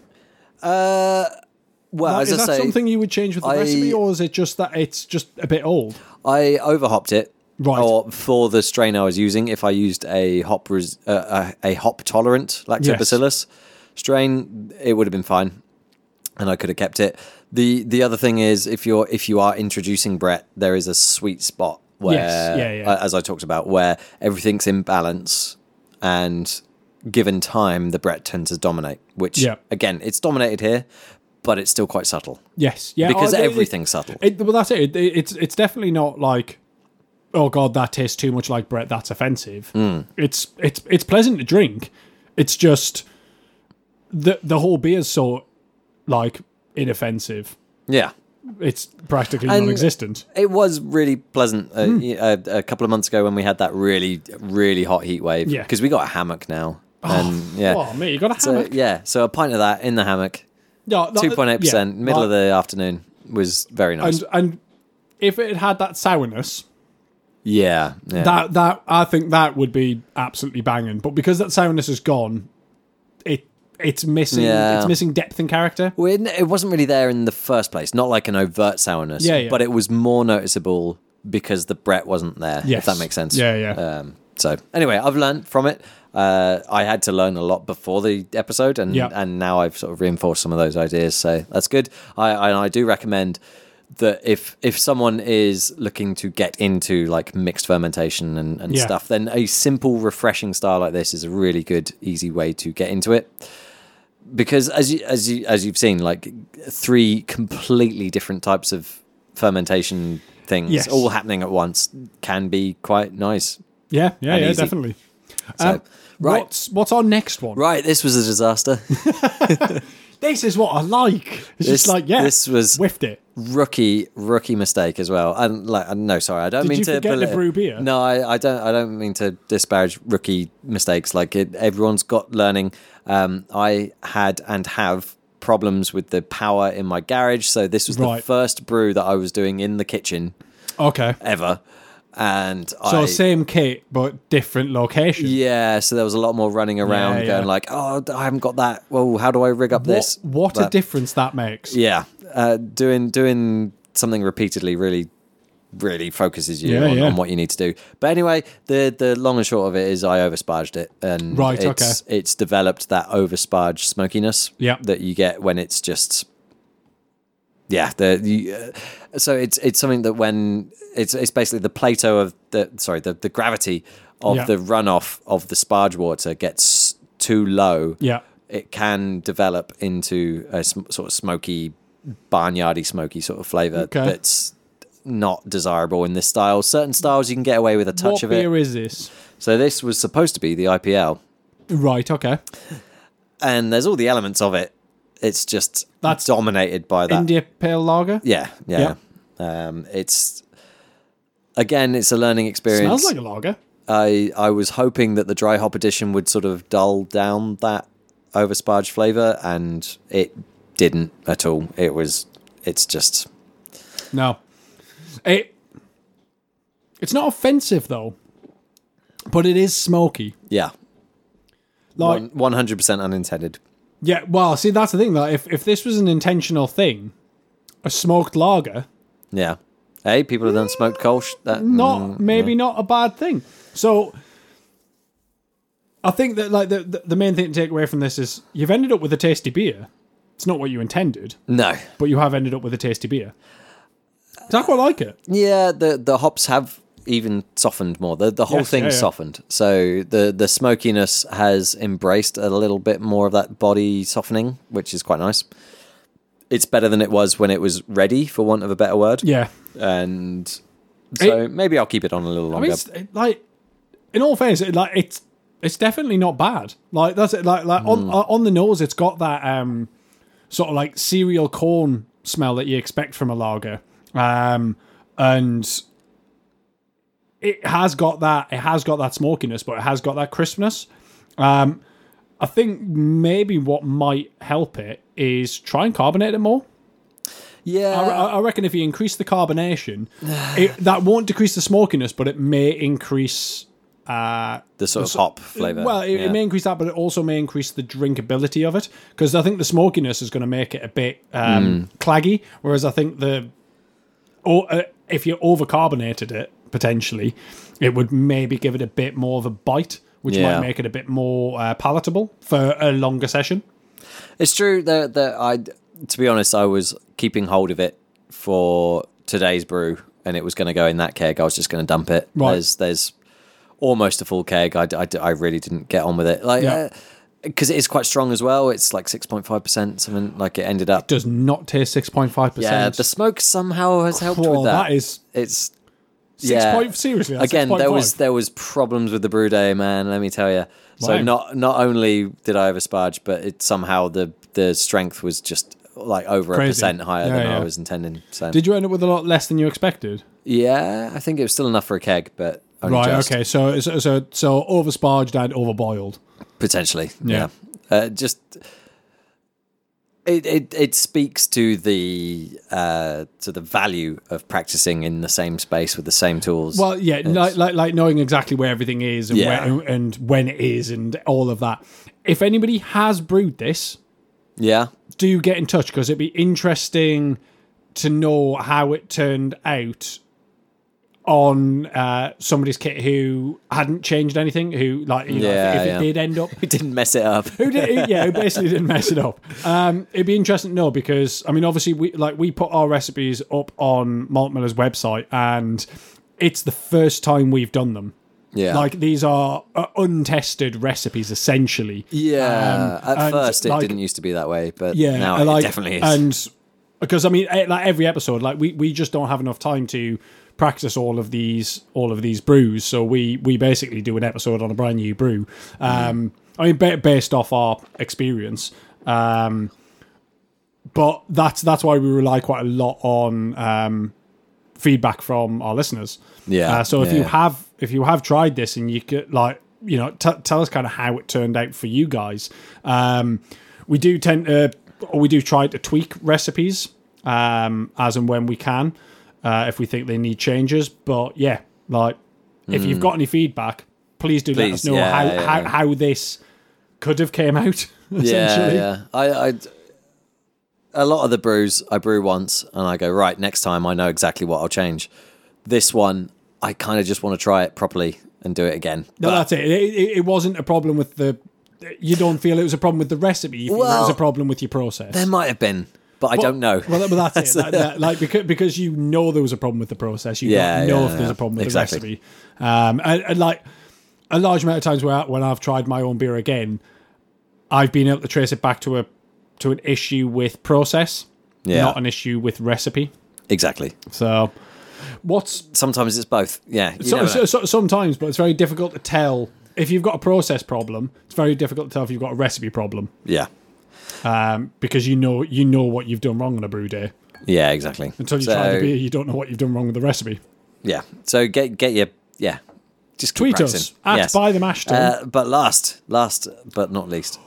Speaker 1: uh, well.
Speaker 2: Is
Speaker 1: as I
Speaker 2: that
Speaker 1: say,
Speaker 2: something you would change with the
Speaker 1: I-
Speaker 2: recipe, or is it just that it's just a bit old?
Speaker 1: I overhopped it.
Speaker 2: Right.
Speaker 1: Or for the strain I was using, if I used a hop res- uh, a, a hop tolerant lactobacillus strain, it would have been fine, and I could have kept it. the The other thing is, if you're if you are introducing Brett, there is a sweet spot where,
Speaker 2: yeah, yeah.
Speaker 1: uh, as I talked about, where everything's in balance, and given time, the Brett tends to dominate. Which
Speaker 2: Yeah.
Speaker 1: again, it's dominated here, but it's still quite subtle
Speaker 2: Yes, yeah,
Speaker 1: because
Speaker 2: I- it- it-
Speaker 1: everything's subtle.
Speaker 2: It, well, that's it. It- It's it's definitely not like, oh god, that tastes too much like Brett. That's offensive.
Speaker 1: Hmm.
Speaker 2: It's it's it's pleasant to drink. It's just the the whole beer's so like inoffensive.
Speaker 1: yeah.
Speaker 2: It's practically
Speaker 1: And-
Speaker 2: non-existent.
Speaker 1: It was really pleasant uh,
Speaker 2: Hmm.
Speaker 1: y- a, a couple of months ago when we had that really, really hot heat wave.
Speaker 2: Yeah.
Speaker 1: Because we got a hammock now. And yeah.
Speaker 2: Oh mate, you got a
Speaker 1: so,
Speaker 2: hammock.
Speaker 1: yeah. So a pint of that in the hammock,
Speaker 2: No, that-
Speaker 1: 2.8%,
Speaker 2: yeah,
Speaker 1: middle of
Speaker 2: like-
Speaker 1: the afternoon was very nice.
Speaker 2: and and if it had that sourness,
Speaker 1: yeah. Yeah.
Speaker 2: that that I think that would be absolutely banging. But because that sourness is gone, it it's missing
Speaker 1: Yeah.
Speaker 2: it's missing depth and character.
Speaker 1: Well, it, it wasn't really there in the first place. Not like an overt sourness,
Speaker 2: Yeah, yeah.
Speaker 1: but it was more noticeable because the Brett wasn't there.
Speaker 2: Yes.
Speaker 1: If that makes sense.
Speaker 2: Yeah, yeah.
Speaker 1: Um, so anyway, I've learned from it. Uh, I had to learn a lot before the episode, and
Speaker 2: Yeah.
Speaker 1: and now I've sort of reinforced some of those ideas. So that's good. I I, I do recommend that if if someone is looking to get into like mixed fermentation and, and
Speaker 2: Yeah.
Speaker 1: stuff, then a simple refreshing style like this is a really good, easy way to get into it because as you as you as you've seen, like three completely different types of fermentation things
Speaker 2: Yes.
Speaker 1: all happening at once can be quite nice.
Speaker 2: Yeah, yeah,
Speaker 1: And
Speaker 2: yeah,
Speaker 1: easy.
Speaker 2: definitely.
Speaker 1: So,
Speaker 2: Um,
Speaker 1: right.
Speaker 2: What's what's our next one?
Speaker 1: Right, this was a disaster. [LAUGHS]
Speaker 2: This is what I like.
Speaker 1: This-
Speaker 2: It's just like yeah,
Speaker 1: this was-
Speaker 2: whiffed it.
Speaker 1: rookie rookie mistake as well. And like uh, no, sorry, I don't
Speaker 2: Did
Speaker 1: mean
Speaker 2: you
Speaker 1: to
Speaker 2: forget the
Speaker 1: belittle-
Speaker 2: brew beer?
Speaker 1: No, I, I don't I don't mean to disparage rookie mistakes. Like it, everyone's got learning. Um, I had and have problems with the power in my garage, so this was the
Speaker 2: Right.
Speaker 1: first brew that I was doing in the kitchen
Speaker 2: Okay,
Speaker 1: ever. And
Speaker 2: so
Speaker 1: I,
Speaker 2: same kit but different location.
Speaker 1: Yeah, so there was a lot more running around,
Speaker 2: yeah.
Speaker 1: going like, "Oh, I haven't got that. Well, how do I rig up this?"
Speaker 2: what what a
Speaker 1: But,
Speaker 2: difference that makes.
Speaker 1: Yeah, uh, doing doing something repeatedly really really focuses you
Speaker 2: Yeah,
Speaker 1: on,
Speaker 2: yeah.
Speaker 1: on what you need to do. But anyway, the the long and short of it is, I oversparged it, and
Speaker 2: Right,
Speaker 1: it's it's developed that oversparge smokiness
Speaker 2: Yeah.
Speaker 1: that you get when it's just yeah the, the uh, so it's it's something that when it's it's basically the plateau of the sorry the, the gravity of
Speaker 2: Yeah.
Speaker 1: the runoff of the sparge water gets too low
Speaker 2: Yeah.
Speaker 1: it can develop into a sm- sort of smoky barnyardy smoky sort of flavor
Speaker 2: Okay.
Speaker 1: that's not desirable in this style certain styles you can get away with a touch
Speaker 2: what
Speaker 1: of it
Speaker 2: beer is this?
Speaker 1: so this was supposed to be the IPL
Speaker 2: Right. Okay.
Speaker 1: and there's all the elements of it it's just
Speaker 2: That's-
Speaker 1: dominated by that
Speaker 2: India Pale Lager.
Speaker 1: Yeah, yeah. Um, it's again, it's a learning experience.
Speaker 2: Smells like a lager.
Speaker 1: I I was hoping that the dry hop edition would sort of dull down that oversparge flavor, and it didn't at all. It was, it's just
Speaker 2: No. It It's not offensive though. But it is smoky.
Speaker 1: yeah,
Speaker 2: Like
Speaker 1: one hundred percent unintended.
Speaker 2: yeah, well, see that's the thing though. If if this was an intentional thing, a smoked lager,
Speaker 1: Yeah. Hey, people have done smoked kolsch. That,
Speaker 2: not maybe not a bad thing. So I think that like the, the the main thing to take away from this is you've ended up with a tasty beer. It's not what you intended,
Speaker 1: no.
Speaker 2: but you have ended up with a tasty beer. So I quite like it.
Speaker 1: Yeah, the the hops have even softened more. The the whole
Speaker 2: Yes,
Speaker 1: thing's
Speaker 2: yeah, yeah.
Speaker 1: softened. So the the smokiness has embraced a little bit more of that body softening, which is quite nice. It's better than it was when it was ready, for want of a better word.
Speaker 2: Yeah.
Speaker 1: And so
Speaker 2: It-
Speaker 1: maybe I'll keep it on a little
Speaker 2: I
Speaker 1: longer.
Speaker 2: mean, it's, it- like, in all fairness, it, like it's it's definitely not bad. Like that's it. Like like on uh, on on the nose, it's got that um sort of like cereal corn smell that you expect from a lager, um, and it has got that it has got that smokiness, but it has got that crispness. Um, I think maybe what might help it is try and carbonate it more.
Speaker 1: yeah,
Speaker 2: I, I I reckon if you increase the carbonation,
Speaker 1: [SIGHS]
Speaker 2: it, that won't decrease the smokiness, but it may increase. Uh,
Speaker 1: the sort of hop flavor.
Speaker 2: well, it,
Speaker 1: yeah.
Speaker 2: it may increase that, but it also may increase the drinkability of it because I think the smokiness is going to make it a bit
Speaker 1: Hmm.
Speaker 2: um, claggy. Whereas I think the, or uh, if you overcarbonated it potentially, it would maybe give it a bit more of a bite, which
Speaker 1: Yeah.
Speaker 2: might make it a bit more uh, palatable for a longer session.
Speaker 1: It's true that that I, to be honest, I was keeping hold of it for today's brew, and it was going to go in that keg. I was just going to dump it.
Speaker 2: Right.
Speaker 1: There's there's almost a full keg. I, d- I d- I really didn't get on with it. Like.
Speaker 2: Yeah.
Speaker 1: because it is quite strong as well. It's like six point five percent. Something like it ended up.
Speaker 2: Does not taste six point five
Speaker 1: Yeah,
Speaker 2: percent.
Speaker 1: the smoke somehow has helped with
Speaker 2: Well,
Speaker 1: that.
Speaker 2: that is-
Speaker 1: it's
Speaker 2: Six point seriously. that's
Speaker 1: again there was
Speaker 2: 6.5.
Speaker 1: there was problems with the brew day man let me tell you so
Speaker 2: Wow.
Speaker 1: not not only did i oversparge but it somehow the the strength was just like over a
Speaker 2: Crazy.
Speaker 1: percent higher
Speaker 2: Yeah,
Speaker 1: than i
Speaker 2: yeah.
Speaker 1: was intending so
Speaker 2: Did you end up with a lot less than you expected?
Speaker 1: yeah i think it was still enough for a keg but only
Speaker 2: right.
Speaker 1: just,
Speaker 2: Okay. So so so, so oversparged and overboiled.
Speaker 1: potentially yeah,
Speaker 2: Yeah.
Speaker 1: Uh, just it, it it speaks to the uh to the value of practicing in the same space with the same tools
Speaker 2: Well, yeah, like, like like knowing exactly where everything is and
Speaker 1: Yeah.
Speaker 2: where and when it is and all of that. if anybody has brewed this,
Speaker 1: Yeah.
Speaker 2: do get in touch because it'd be interesting to know how it turned out on uh, somebody's kit who hadn't changed anything, who like you know, if-
Speaker 1: Yeah,
Speaker 2: [LAUGHS] if,
Speaker 1: yeah.
Speaker 2: it did end up.
Speaker 1: Who didn't mess it up? [LAUGHS]
Speaker 2: Who did, who- yeah, who basically didn't mess it up. Um, it'd be interesting to know because I mean, obviously, we like we put our recipes up on Malt Miller's website, and it's the first time we've done them.
Speaker 1: Yeah.
Speaker 2: Like these are uh, untested recipes, essentially.
Speaker 1: yeah.
Speaker 2: um,
Speaker 1: At
Speaker 2: and,
Speaker 1: first, it
Speaker 2: like-
Speaker 1: didn't used to be that way, but
Speaker 2: Yeah,
Speaker 1: now
Speaker 2: and,
Speaker 1: it
Speaker 2: like,
Speaker 1: definitely is.
Speaker 2: And because I mean, eh, like every episode, like we, we just don't have enough time to practice all of these all of these brews. So we we basically do an episode on a brand new brew.
Speaker 1: Mm-hmm.
Speaker 2: Um, I mean, ba- based off our experience. Um, but that's that's why we rely quite a lot on um, feedback from our listeners.
Speaker 1: Yeah,
Speaker 2: Uh, so if
Speaker 1: yeah,
Speaker 2: you
Speaker 1: yeah.
Speaker 2: have if you have tried this and you could like you know t- tell us kind of how it turned out for you guys. Um, we do tend to or we do try to tweak recipes um, as and when we can uh, if we think they need changes. But yeah, like if you've got any feedback, please do let us
Speaker 1: Hmm. Please,
Speaker 2: know
Speaker 1: yeah,
Speaker 2: how,
Speaker 1: yeah,
Speaker 2: how
Speaker 1: yeah.
Speaker 2: how this could have came out. [LAUGHS]
Speaker 1: yeah,
Speaker 2: essentially.
Speaker 1: yeah. I, I, a lot of the brews I brew once, and I go right next time. I know exactly what I'll change. This one, I kind of just want to try it properly and do it again.
Speaker 2: No, that's it. It, it. it wasn't a problem with the. You don't feel it was a problem with the recipe. You feel it was
Speaker 1: Well,
Speaker 2: a problem with your process.
Speaker 1: There might have been, but I don't know.
Speaker 2: Well, that- well
Speaker 1: [LAUGHS]
Speaker 2: that's it. Like, that- like because, because you know there was a problem with the process. You
Speaker 1: Yeah,
Speaker 2: don't know
Speaker 1: yeah,
Speaker 2: if there's
Speaker 1: yeah.
Speaker 2: a problem with
Speaker 1: Exactly.
Speaker 2: the recipe. Um, and, and like a large amount of times where when I've tried my own beer again, I've been able to trace it back to a to an issue with process,
Speaker 1: Yeah.
Speaker 2: not an issue with recipe.
Speaker 1: exactly.
Speaker 2: So, what's
Speaker 1: Sometimes it's both. Yeah. you
Speaker 2: so,
Speaker 1: never
Speaker 2: so,
Speaker 1: know.
Speaker 2: so, sometimes, but it's very difficult to tell if you've got a process problem. It's very difficult to tell if you've got a recipe problem
Speaker 1: yeah.
Speaker 2: um, because you know you know what you've done wrong on a brew day
Speaker 1: Yeah. Exactly.
Speaker 2: until you
Speaker 1: so,
Speaker 2: try the beer. You don't know what you've done wrong with the recipe.
Speaker 1: Yeah. So get get your yeah. Just keep
Speaker 2: Tweet us
Speaker 1: practicing.
Speaker 2: at
Speaker 1: yes.
Speaker 2: by the mash tun.
Speaker 1: Uh, but last, last but not least.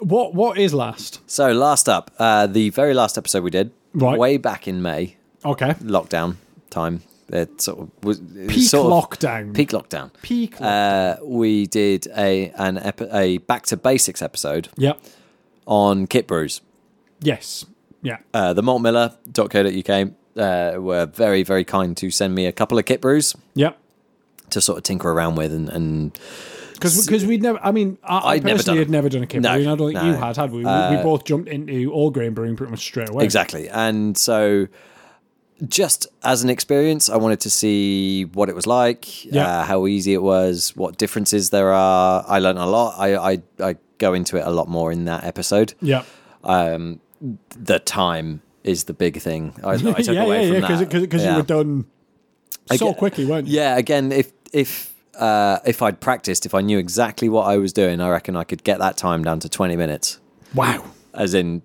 Speaker 2: What what is last?
Speaker 1: So last up, uh, the very last episode we did,
Speaker 2: Right.
Speaker 1: way back in May,
Speaker 2: Okay,
Speaker 1: lockdown time. It sort of was it was
Speaker 2: peak
Speaker 1: sort of
Speaker 2: lockdown.
Speaker 1: peak lockdown.
Speaker 2: Peak lock-
Speaker 1: Uh, we did a an epi- a back to basics episode
Speaker 2: yep.
Speaker 1: on kit brews.
Speaker 2: Yes. Yeah.
Speaker 1: Uh, the maltmiller.co.uk uh, were very very kind to send me a couple of kit brews
Speaker 2: Yep.
Speaker 1: to sort of tinker around with and, and
Speaker 2: Because we'd never. I mean, I, I
Speaker 1: I'd never
Speaker 2: personally
Speaker 1: done
Speaker 2: had
Speaker 1: it.
Speaker 2: never done a kit
Speaker 1: No,
Speaker 2: brew, and I don't think
Speaker 1: no. Uh,
Speaker 2: you had, had we? We- we both jumped into all grain brewing pretty much straight away.
Speaker 1: Exactly. And so, just as an experience, I wanted to see what it was like,
Speaker 2: Yeah.
Speaker 1: uh, how easy it was, what differences there are. I learned a lot. I, I, I go into it a lot more in that episode.
Speaker 2: Yep.
Speaker 1: Um, the time is the big thing.
Speaker 2: [LAUGHS]
Speaker 1: I, I took
Speaker 2: yeah,
Speaker 1: away
Speaker 2: yeah,
Speaker 1: from
Speaker 2: yeah. Because
Speaker 1: that.
Speaker 2: because you
Speaker 1: Yeah.
Speaker 2: were done so
Speaker 1: get-
Speaker 2: quickly, weren't you?
Speaker 1: Yeah, again, if if uh, if I'd practiced, if I knew exactly what I was doing, I reckon I could get that time down to twenty minutes.
Speaker 2: Wow.
Speaker 1: as in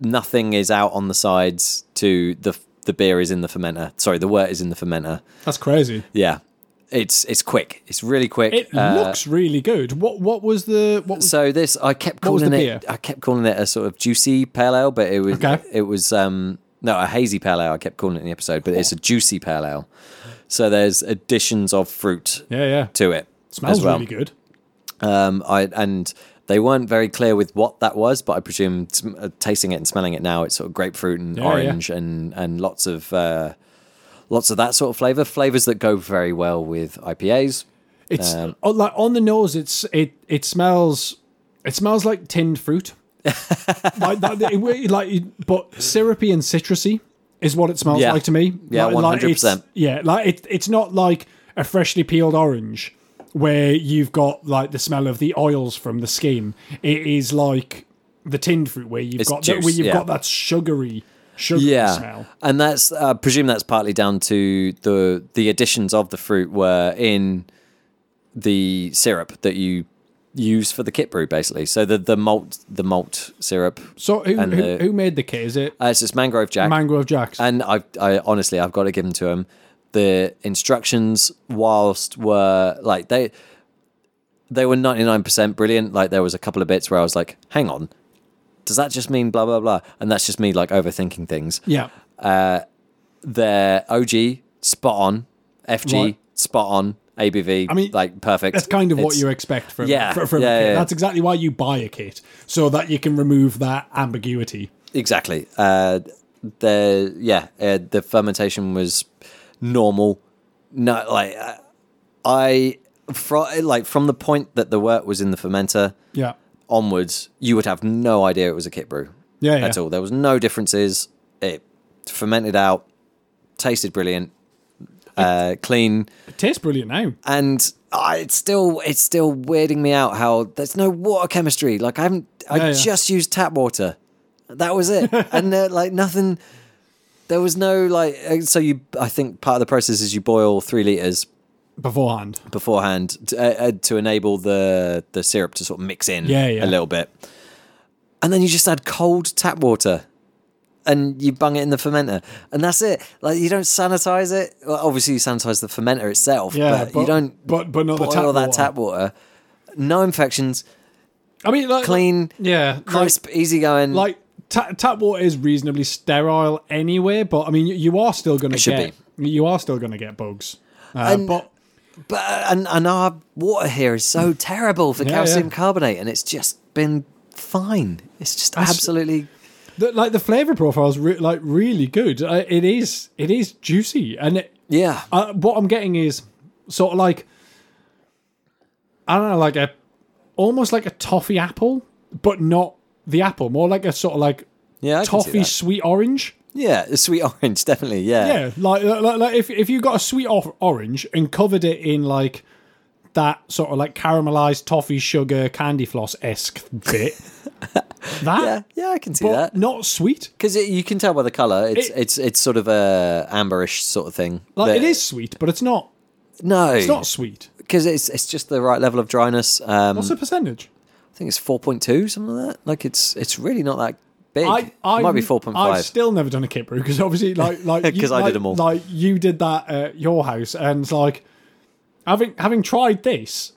Speaker 1: nothing is out on the sides to the the beer is in the fermenter sorry the wort is in the fermenter
Speaker 2: That's crazy.
Speaker 1: yeah it's it's quick it's really quick
Speaker 2: It
Speaker 1: Uh,
Speaker 2: looks really good. What what was the what was
Speaker 1: so this i kept
Speaker 2: was
Speaker 1: calling
Speaker 2: the
Speaker 1: it
Speaker 2: beer?
Speaker 1: i kept calling it a sort of juicy pale ale but it was
Speaker 2: Okay.
Speaker 1: it was um no a hazy pale ale i kept calling it in the episode but it's a juicy pale ale so there's additions of fruit
Speaker 2: Yeah, yeah.
Speaker 1: to it
Speaker 2: Smells
Speaker 1: as well
Speaker 2: really good.
Speaker 1: Um, I and they weren't very clear with what that was, but I presume sm- uh, tasting it and smelling it now, it's sort of grapefruit and
Speaker 2: Yeah, yeah.
Speaker 1: orange and and lots of uh, lots of that sort of flavor, flavors that go very well with IPAs.
Speaker 2: It's
Speaker 1: Um,
Speaker 2: oh, like on the nose. It's it it smells it smells like tinned
Speaker 1: [LAUGHS]
Speaker 2: fruit. like that, it, it- like it- but syrupy and citrusy is what it smells
Speaker 1: Yeah.
Speaker 2: like to me.
Speaker 1: Yeah,
Speaker 2: Like- like, it's-
Speaker 1: 100%.
Speaker 2: Yeah, like it, it's not like a freshly peeled orange where you've got like the smell of the oils from the skin. It is like the tinned fruit where you've
Speaker 1: It's
Speaker 2: got that, where
Speaker 1: juice,
Speaker 2: you've
Speaker 1: yeah.
Speaker 2: got that sugary sugary
Speaker 1: Yeah,
Speaker 2: smell.
Speaker 1: and that's I presume that's partly down to the the additions of the fruit were in the syrup that you use for the kit brew, basically. So the the malt the malt syrup.
Speaker 2: So who
Speaker 1: And
Speaker 2: who,
Speaker 1: the-
Speaker 2: who made the kit? Is it
Speaker 1: Uh, it's just mangrove jack.
Speaker 2: Mangrove Jacks?
Speaker 1: and I, I honestly, I've got to give them to him. The instructions, whilst were like they, they were ninety nine percent brilliant. Like there was a couple of bits where I was like, "Hang on, does that just mean blah blah blah?" And that's just me like overthinking things.
Speaker 2: yeah.
Speaker 1: Their OG spot on, FG
Speaker 2: Right.
Speaker 1: spot on, ABV.
Speaker 2: I mean,
Speaker 1: like perfect.
Speaker 2: That's kind of what
Speaker 1: It's-
Speaker 2: you expect from
Speaker 1: Yeah,
Speaker 2: fr- from a
Speaker 1: yeah,
Speaker 2: kit.
Speaker 1: yeah.
Speaker 2: That's exactly why you buy a kit so that you can remove that ambiguity.
Speaker 1: Exactly. Uh, the yeah, uh, the fermentation was normal. No, like uh, I fro like from the point that the wort was in the fermenter
Speaker 2: Yeah.
Speaker 1: onwards, you would have no idea it was a kit brew
Speaker 2: Yeah. yeah.
Speaker 1: at all. There was no differences. It fermented out, tasted brilliant, uh, clean,
Speaker 2: It tastes brilliant now.
Speaker 1: and I, it's still it's still weirding me out how there's no water chemistry. Like I haven't, I
Speaker 2: Yeah, yeah.
Speaker 1: just used tap water. That was
Speaker 2: [LAUGHS]
Speaker 1: it, and uh, like nothing. There was no like. uh, So you, I think part of the process is you boil three liters
Speaker 2: Beforehand.
Speaker 1: beforehand to, uh, uh, to enable the the syrup to sort of mix in
Speaker 2: Yeah, yeah.
Speaker 1: a little bit, and then you just add cold tap water, and you bung it in the fermenter, and that's it. Like you don't sanitize it. Well, obviously you sanitize the fermenter itself,
Speaker 2: Yeah.
Speaker 1: but, you don't
Speaker 2: But but not the
Speaker 1: boil
Speaker 2: tap.
Speaker 1: all that
Speaker 2: water.
Speaker 1: tap water. No infections,
Speaker 2: I mean, like,
Speaker 1: clean,
Speaker 2: Yeah. like-
Speaker 1: crisp, easy going.
Speaker 2: like ta- tap water is reasonably sterile anyway, but I mean you, you are still going to
Speaker 1: should
Speaker 2: get you are still going to get bugs. Uh,
Speaker 1: And-
Speaker 2: but
Speaker 1: but and, and our water here is so terrible for
Speaker 2: Mm. Yeah,
Speaker 1: calcium
Speaker 2: yeah.
Speaker 1: carbonate, and it's just been fine. It's just absolutely
Speaker 2: the, like the flavor profile is re- like really good. Uh, it is it is juicy and it,
Speaker 1: yeah.
Speaker 2: uh, what I'm getting is sort of like I don't know, like a almost like a toffee apple, but not the apple, more like a sort of like
Speaker 1: Yeah, I can see
Speaker 2: toffee
Speaker 1: that.
Speaker 2: sweet orange.
Speaker 1: Yeah, a sweet [LAUGHS] orange, definitely. Yeah.
Speaker 2: Yeah, like, like, like if if you got a sweet or- orange and covered it in like that sort of like caramelized toffee sugar candy floss esque bit,
Speaker 1: [LAUGHS]
Speaker 2: that
Speaker 1: yeah, yeah, I can see
Speaker 2: but
Speaker 1: that. 'Cause that
Speaker 2: not sweet.
Speaker 1: because you can tell by the color. It's
Speaker 2: It-
Speaker 1: it's it's sort of a amberish sort of thing.
Speaker 2: Like
Speaker 1: that-
Speaker 2: it is sweet, but it's not.
Speaker 1: no,
Speaker 2: It's not sweet.
Speaker 1: because it's it's just the right level of dryness. Um,
Speaker 2: What's the percentage?
Speaker 1: I think it's four point two, something like that. Like it's it's really not that big. it might be four point
Speaker 2: I've
Speaker 1: five.
Speaker 2: still never done a kit brew because obviously,
Speaker 1: [LAUGHS]
Speaker 2: like, like you-
Speaker 1: 'Cause I did
Speaker 2: like-
Speaker 1: them all.
Speaker 2: Like you did that at your house, and it's like having having tried this,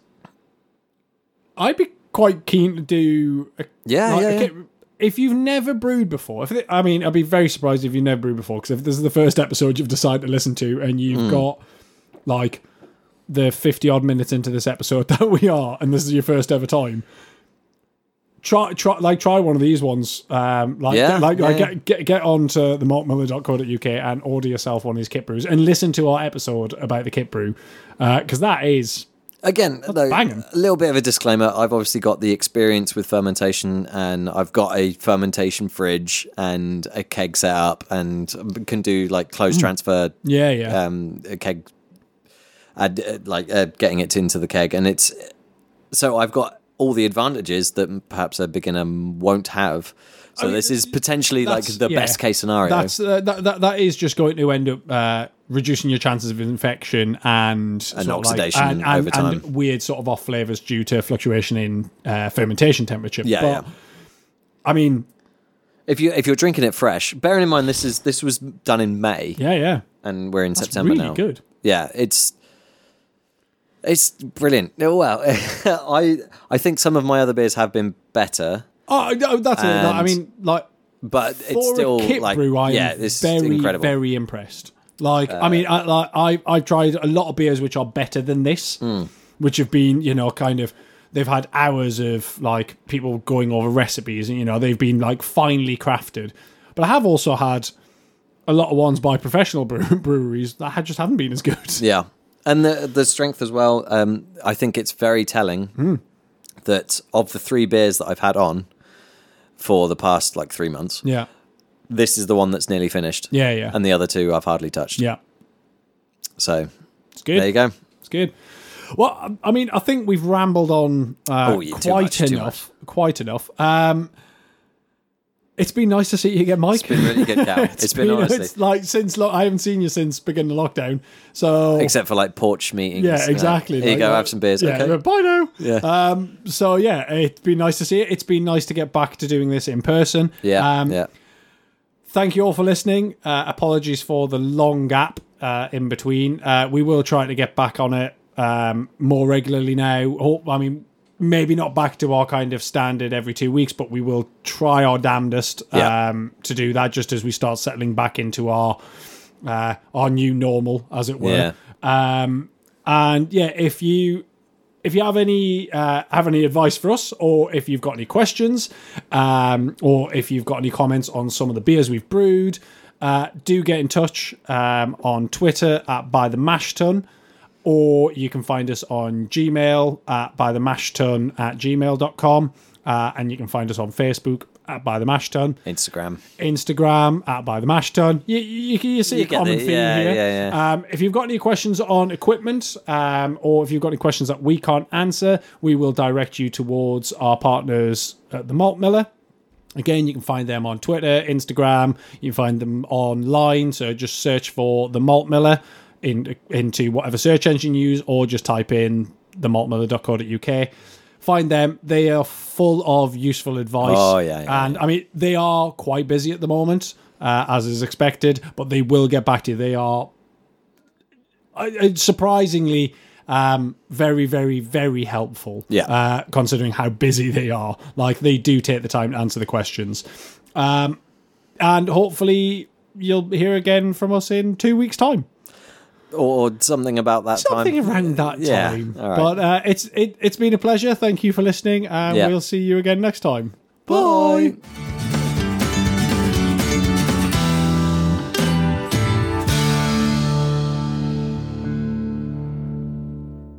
Speaker 2: I'd be quite keen to do. A,
Speaker 1: Yeah,
Speaker 2: like,
Speaker 1: Ah, yeah,
Speaker 2: a
Speaker 1: yeah.
Speaker 2: kit- if you've never brewed before, if it, I mean, I'd be very surprised if you've never brewed before because if this is the first episode you've decided to listen to and you've
Speaker 1: Mm.
Speaker 2: got like the 50 odd minutes into this episode [LAUGHS] that we are and this is your first ever time try try like try one of these ones um like
Speaker 1: Yeah,
Speaker 2: get, like,
Speaker 1: yeah,
Speaker 2: like
Speaker 1: yeah.
Speaker 2: get, get get on to the markmiller.co.uk and order yourself one of these kit brews and listen to our episode about the kit brew because that is
Speaker 1: Again, though,
Speaker 2: banging.
Speaker 1: a little bit of a disclaimer. I've obviously got the experience with fermentation, and I've got a fermentation fridge and a keg set up, and can do like closed transfer
Speaker 2: Mm. yeah yeah
Speaker 1: um, a keg, I'd, uh, like uh, getting it into the keg, and it's so I've got all the advantages that perhaps a beginner won't have. So
Speaker 2: mean,
Speaker 1: this is potentially like
Speaker 2: that's-
Speaker 1: the
Speaker 2: yeah.
Speaker 1: best case scenario.
Speaker 2: that's uh, that, that that is just going to end up uh, reducing your chances of infection and sort of like-
Speaker 1: oxidation
Speaker 2: and, and,
Speaker 1: over time.
Speaker 2: and weird sort of off flavors due to fluctuation in uh, fermentation temperature.
Speaker 1: Yeah,
Speaker 2: but,
Speaker 1: yeah.
Speaker 2: I mean,
Speaker 1: if you if you're drinking it fresh, bearing in mind this is this was done in May,
Speaker 2: yeah, yeah,
Speaker 1: and we're in September
Speaker 2: really
Speaker 1: now.
Speaker 2: good.
Speaker 1: Yeah, it's it's brilliant. Oh, Well, [LAUGHS] I I think some of my other beers have been better,
Speaker 2: Oh, no, that's it. Like, I
Speaker 1: And
Speaker 2: mean, like
Speaker 1: but it's
Speaker 2: for
Speaker 1: still
Speaker 2: a kit
Speaker 1: like
Speaker 2: brew, I'm
Speaker 1: yeah, this
Speaker 2: very,
Speaker 1: is incredible. Uh,
Speaker 2: very impressed. Like, I mean, I, like, I, I've tried a lot of beers which are better than this,
Speaker 1: Hmm.
Speaker 2: which have been, you know, kind of, they've had hours of like people going over recipes and, you know, they've been like finely crafted. But I have also had a lot of ones by professional brew- [LAUGHS] breweries that had- just haven't been as good.
Speaker 1: Yeah, and the the strength as well. Um, I think it's very telling
Speaker 2: Hmm.
Speaker 1: that of the three beers that I've had on for the past like three months,
Speaker 2: Yeah.
Speaker 1: this is the one that's nearly finished.
Speaker 2: Yeah. Yeah.
Speaker 1: and the other two I've hardly touched.
Speaker 2: yeah.
Speaker 1: So
Speaker 2: It's good.
Speaker 1: there you go.
Speaker 2: It's good. Well, um, I I mean, I think we've rambled on uh,
Speaker 1: Oh, yeah, too
Speaker 2: quite
Speaker 1: much, too
Speaker 2: enough. Quite enough. Um, it's been nice to see you again, Mike.
Speaker 1: It's been really
Speaker 2: [LAUGHS]
Speaker 1: good, Cal. it's been honestly,
Speaker 2: it's like since lo- I haven't seen you since beginning of lockdown. So
Speaker 1: except for like porch meetings.
Speaker 2: yeah,
Speaker 1: and that.
Speaker 2: exactly.
Speaker 1: Here you
Speaker 2: Like,
Speaker 1: go.
Speaker 2: uh,
Speaker 1: Have some beers.
Speaker 2: Yeah,
Speaker 1: okay.
Speaker 2: bye now.
Speaker 1: Yeah.
Speaker 2: Um, so yeah, it's been nice to see it. It's been nice to get back to doing this in person.
Speaker 1: Yeah.
Speaker 2: Um,
Speaker 1: yeah.
Speaker 2: thank you all for listening. Uh, apologies for the long gap uh, in between. Uh, we will try to get back on it um, more regularly now. Hope, I mean, maybe not back to our kind of standard every two weeks, but we will try our damnedest
Speaker 1: Yeah.
Speaker 2: um, to do that just as we start settling back into our uh, our new normal, as it were.
Speaker 1: Yeah.
Speaker 2: Um, And yeah, if you if you have any uh, have any advice for us, or if you've got any questions, um, or if you've got any comments on some of the beers we've brewed, uh, do get in touch um, on Twitter at by the mash ton, or you can find us on Gmail at by the mash ton at gmail.com, uh, and you can find us on Facebook at by the mash ton.
Speaker 1: Instagram.
Speaker 2: Instagram at by the mash ton. You, you, you see
Speaker 1: You
Speaker 2: a
Speaker 1: get
Speaker 2: common
Speaker 1: the-
Speaker 2: theme
Speaker 1: yeah,
Speaker 2: here.
Speaker 1: yeah,
Speaker 2: Um, if you've got any questions on equipment, um, or if you've got any questions that we can't answer, we will direct you towards our partners at the Malt Miller. Again, you can find them on Twitter, Instagram. You can find them online. So just search for the Malt Miller in, into whatever search engine you use, or just type in themaltmiller.co.uk. Find them. They are full of useful advice.
Speaker 1: Oh, yeah, yeah,
Speaker 2: and I mean, they are quite busy at the moment, uh, as is expected. But they will get back to you. They are uh, uh, surprisingly um, very, very, very helpful.
Speaker 1: Yeah.
Speaker 2: Uh, considering how busy they are, like they do take the time to answer the questions, um, and hopefully you'll hear again from us in two weeks' time.
Speaker 1: Or, or something about that
Speaker 2: Something
Speaker 1: time.
Speaker 2: around that
Speaker 1: Yeah,
Speaker 2: time.
Speaker 1: all right.
Speaker 2: But uh, it's it, it's been a pleasure. Thank you for listening, and
Speaker 1: Yeah.
Speaker 2: we'll see you again next time.
Speaker 1: Bye.
Speaker 2: Bye.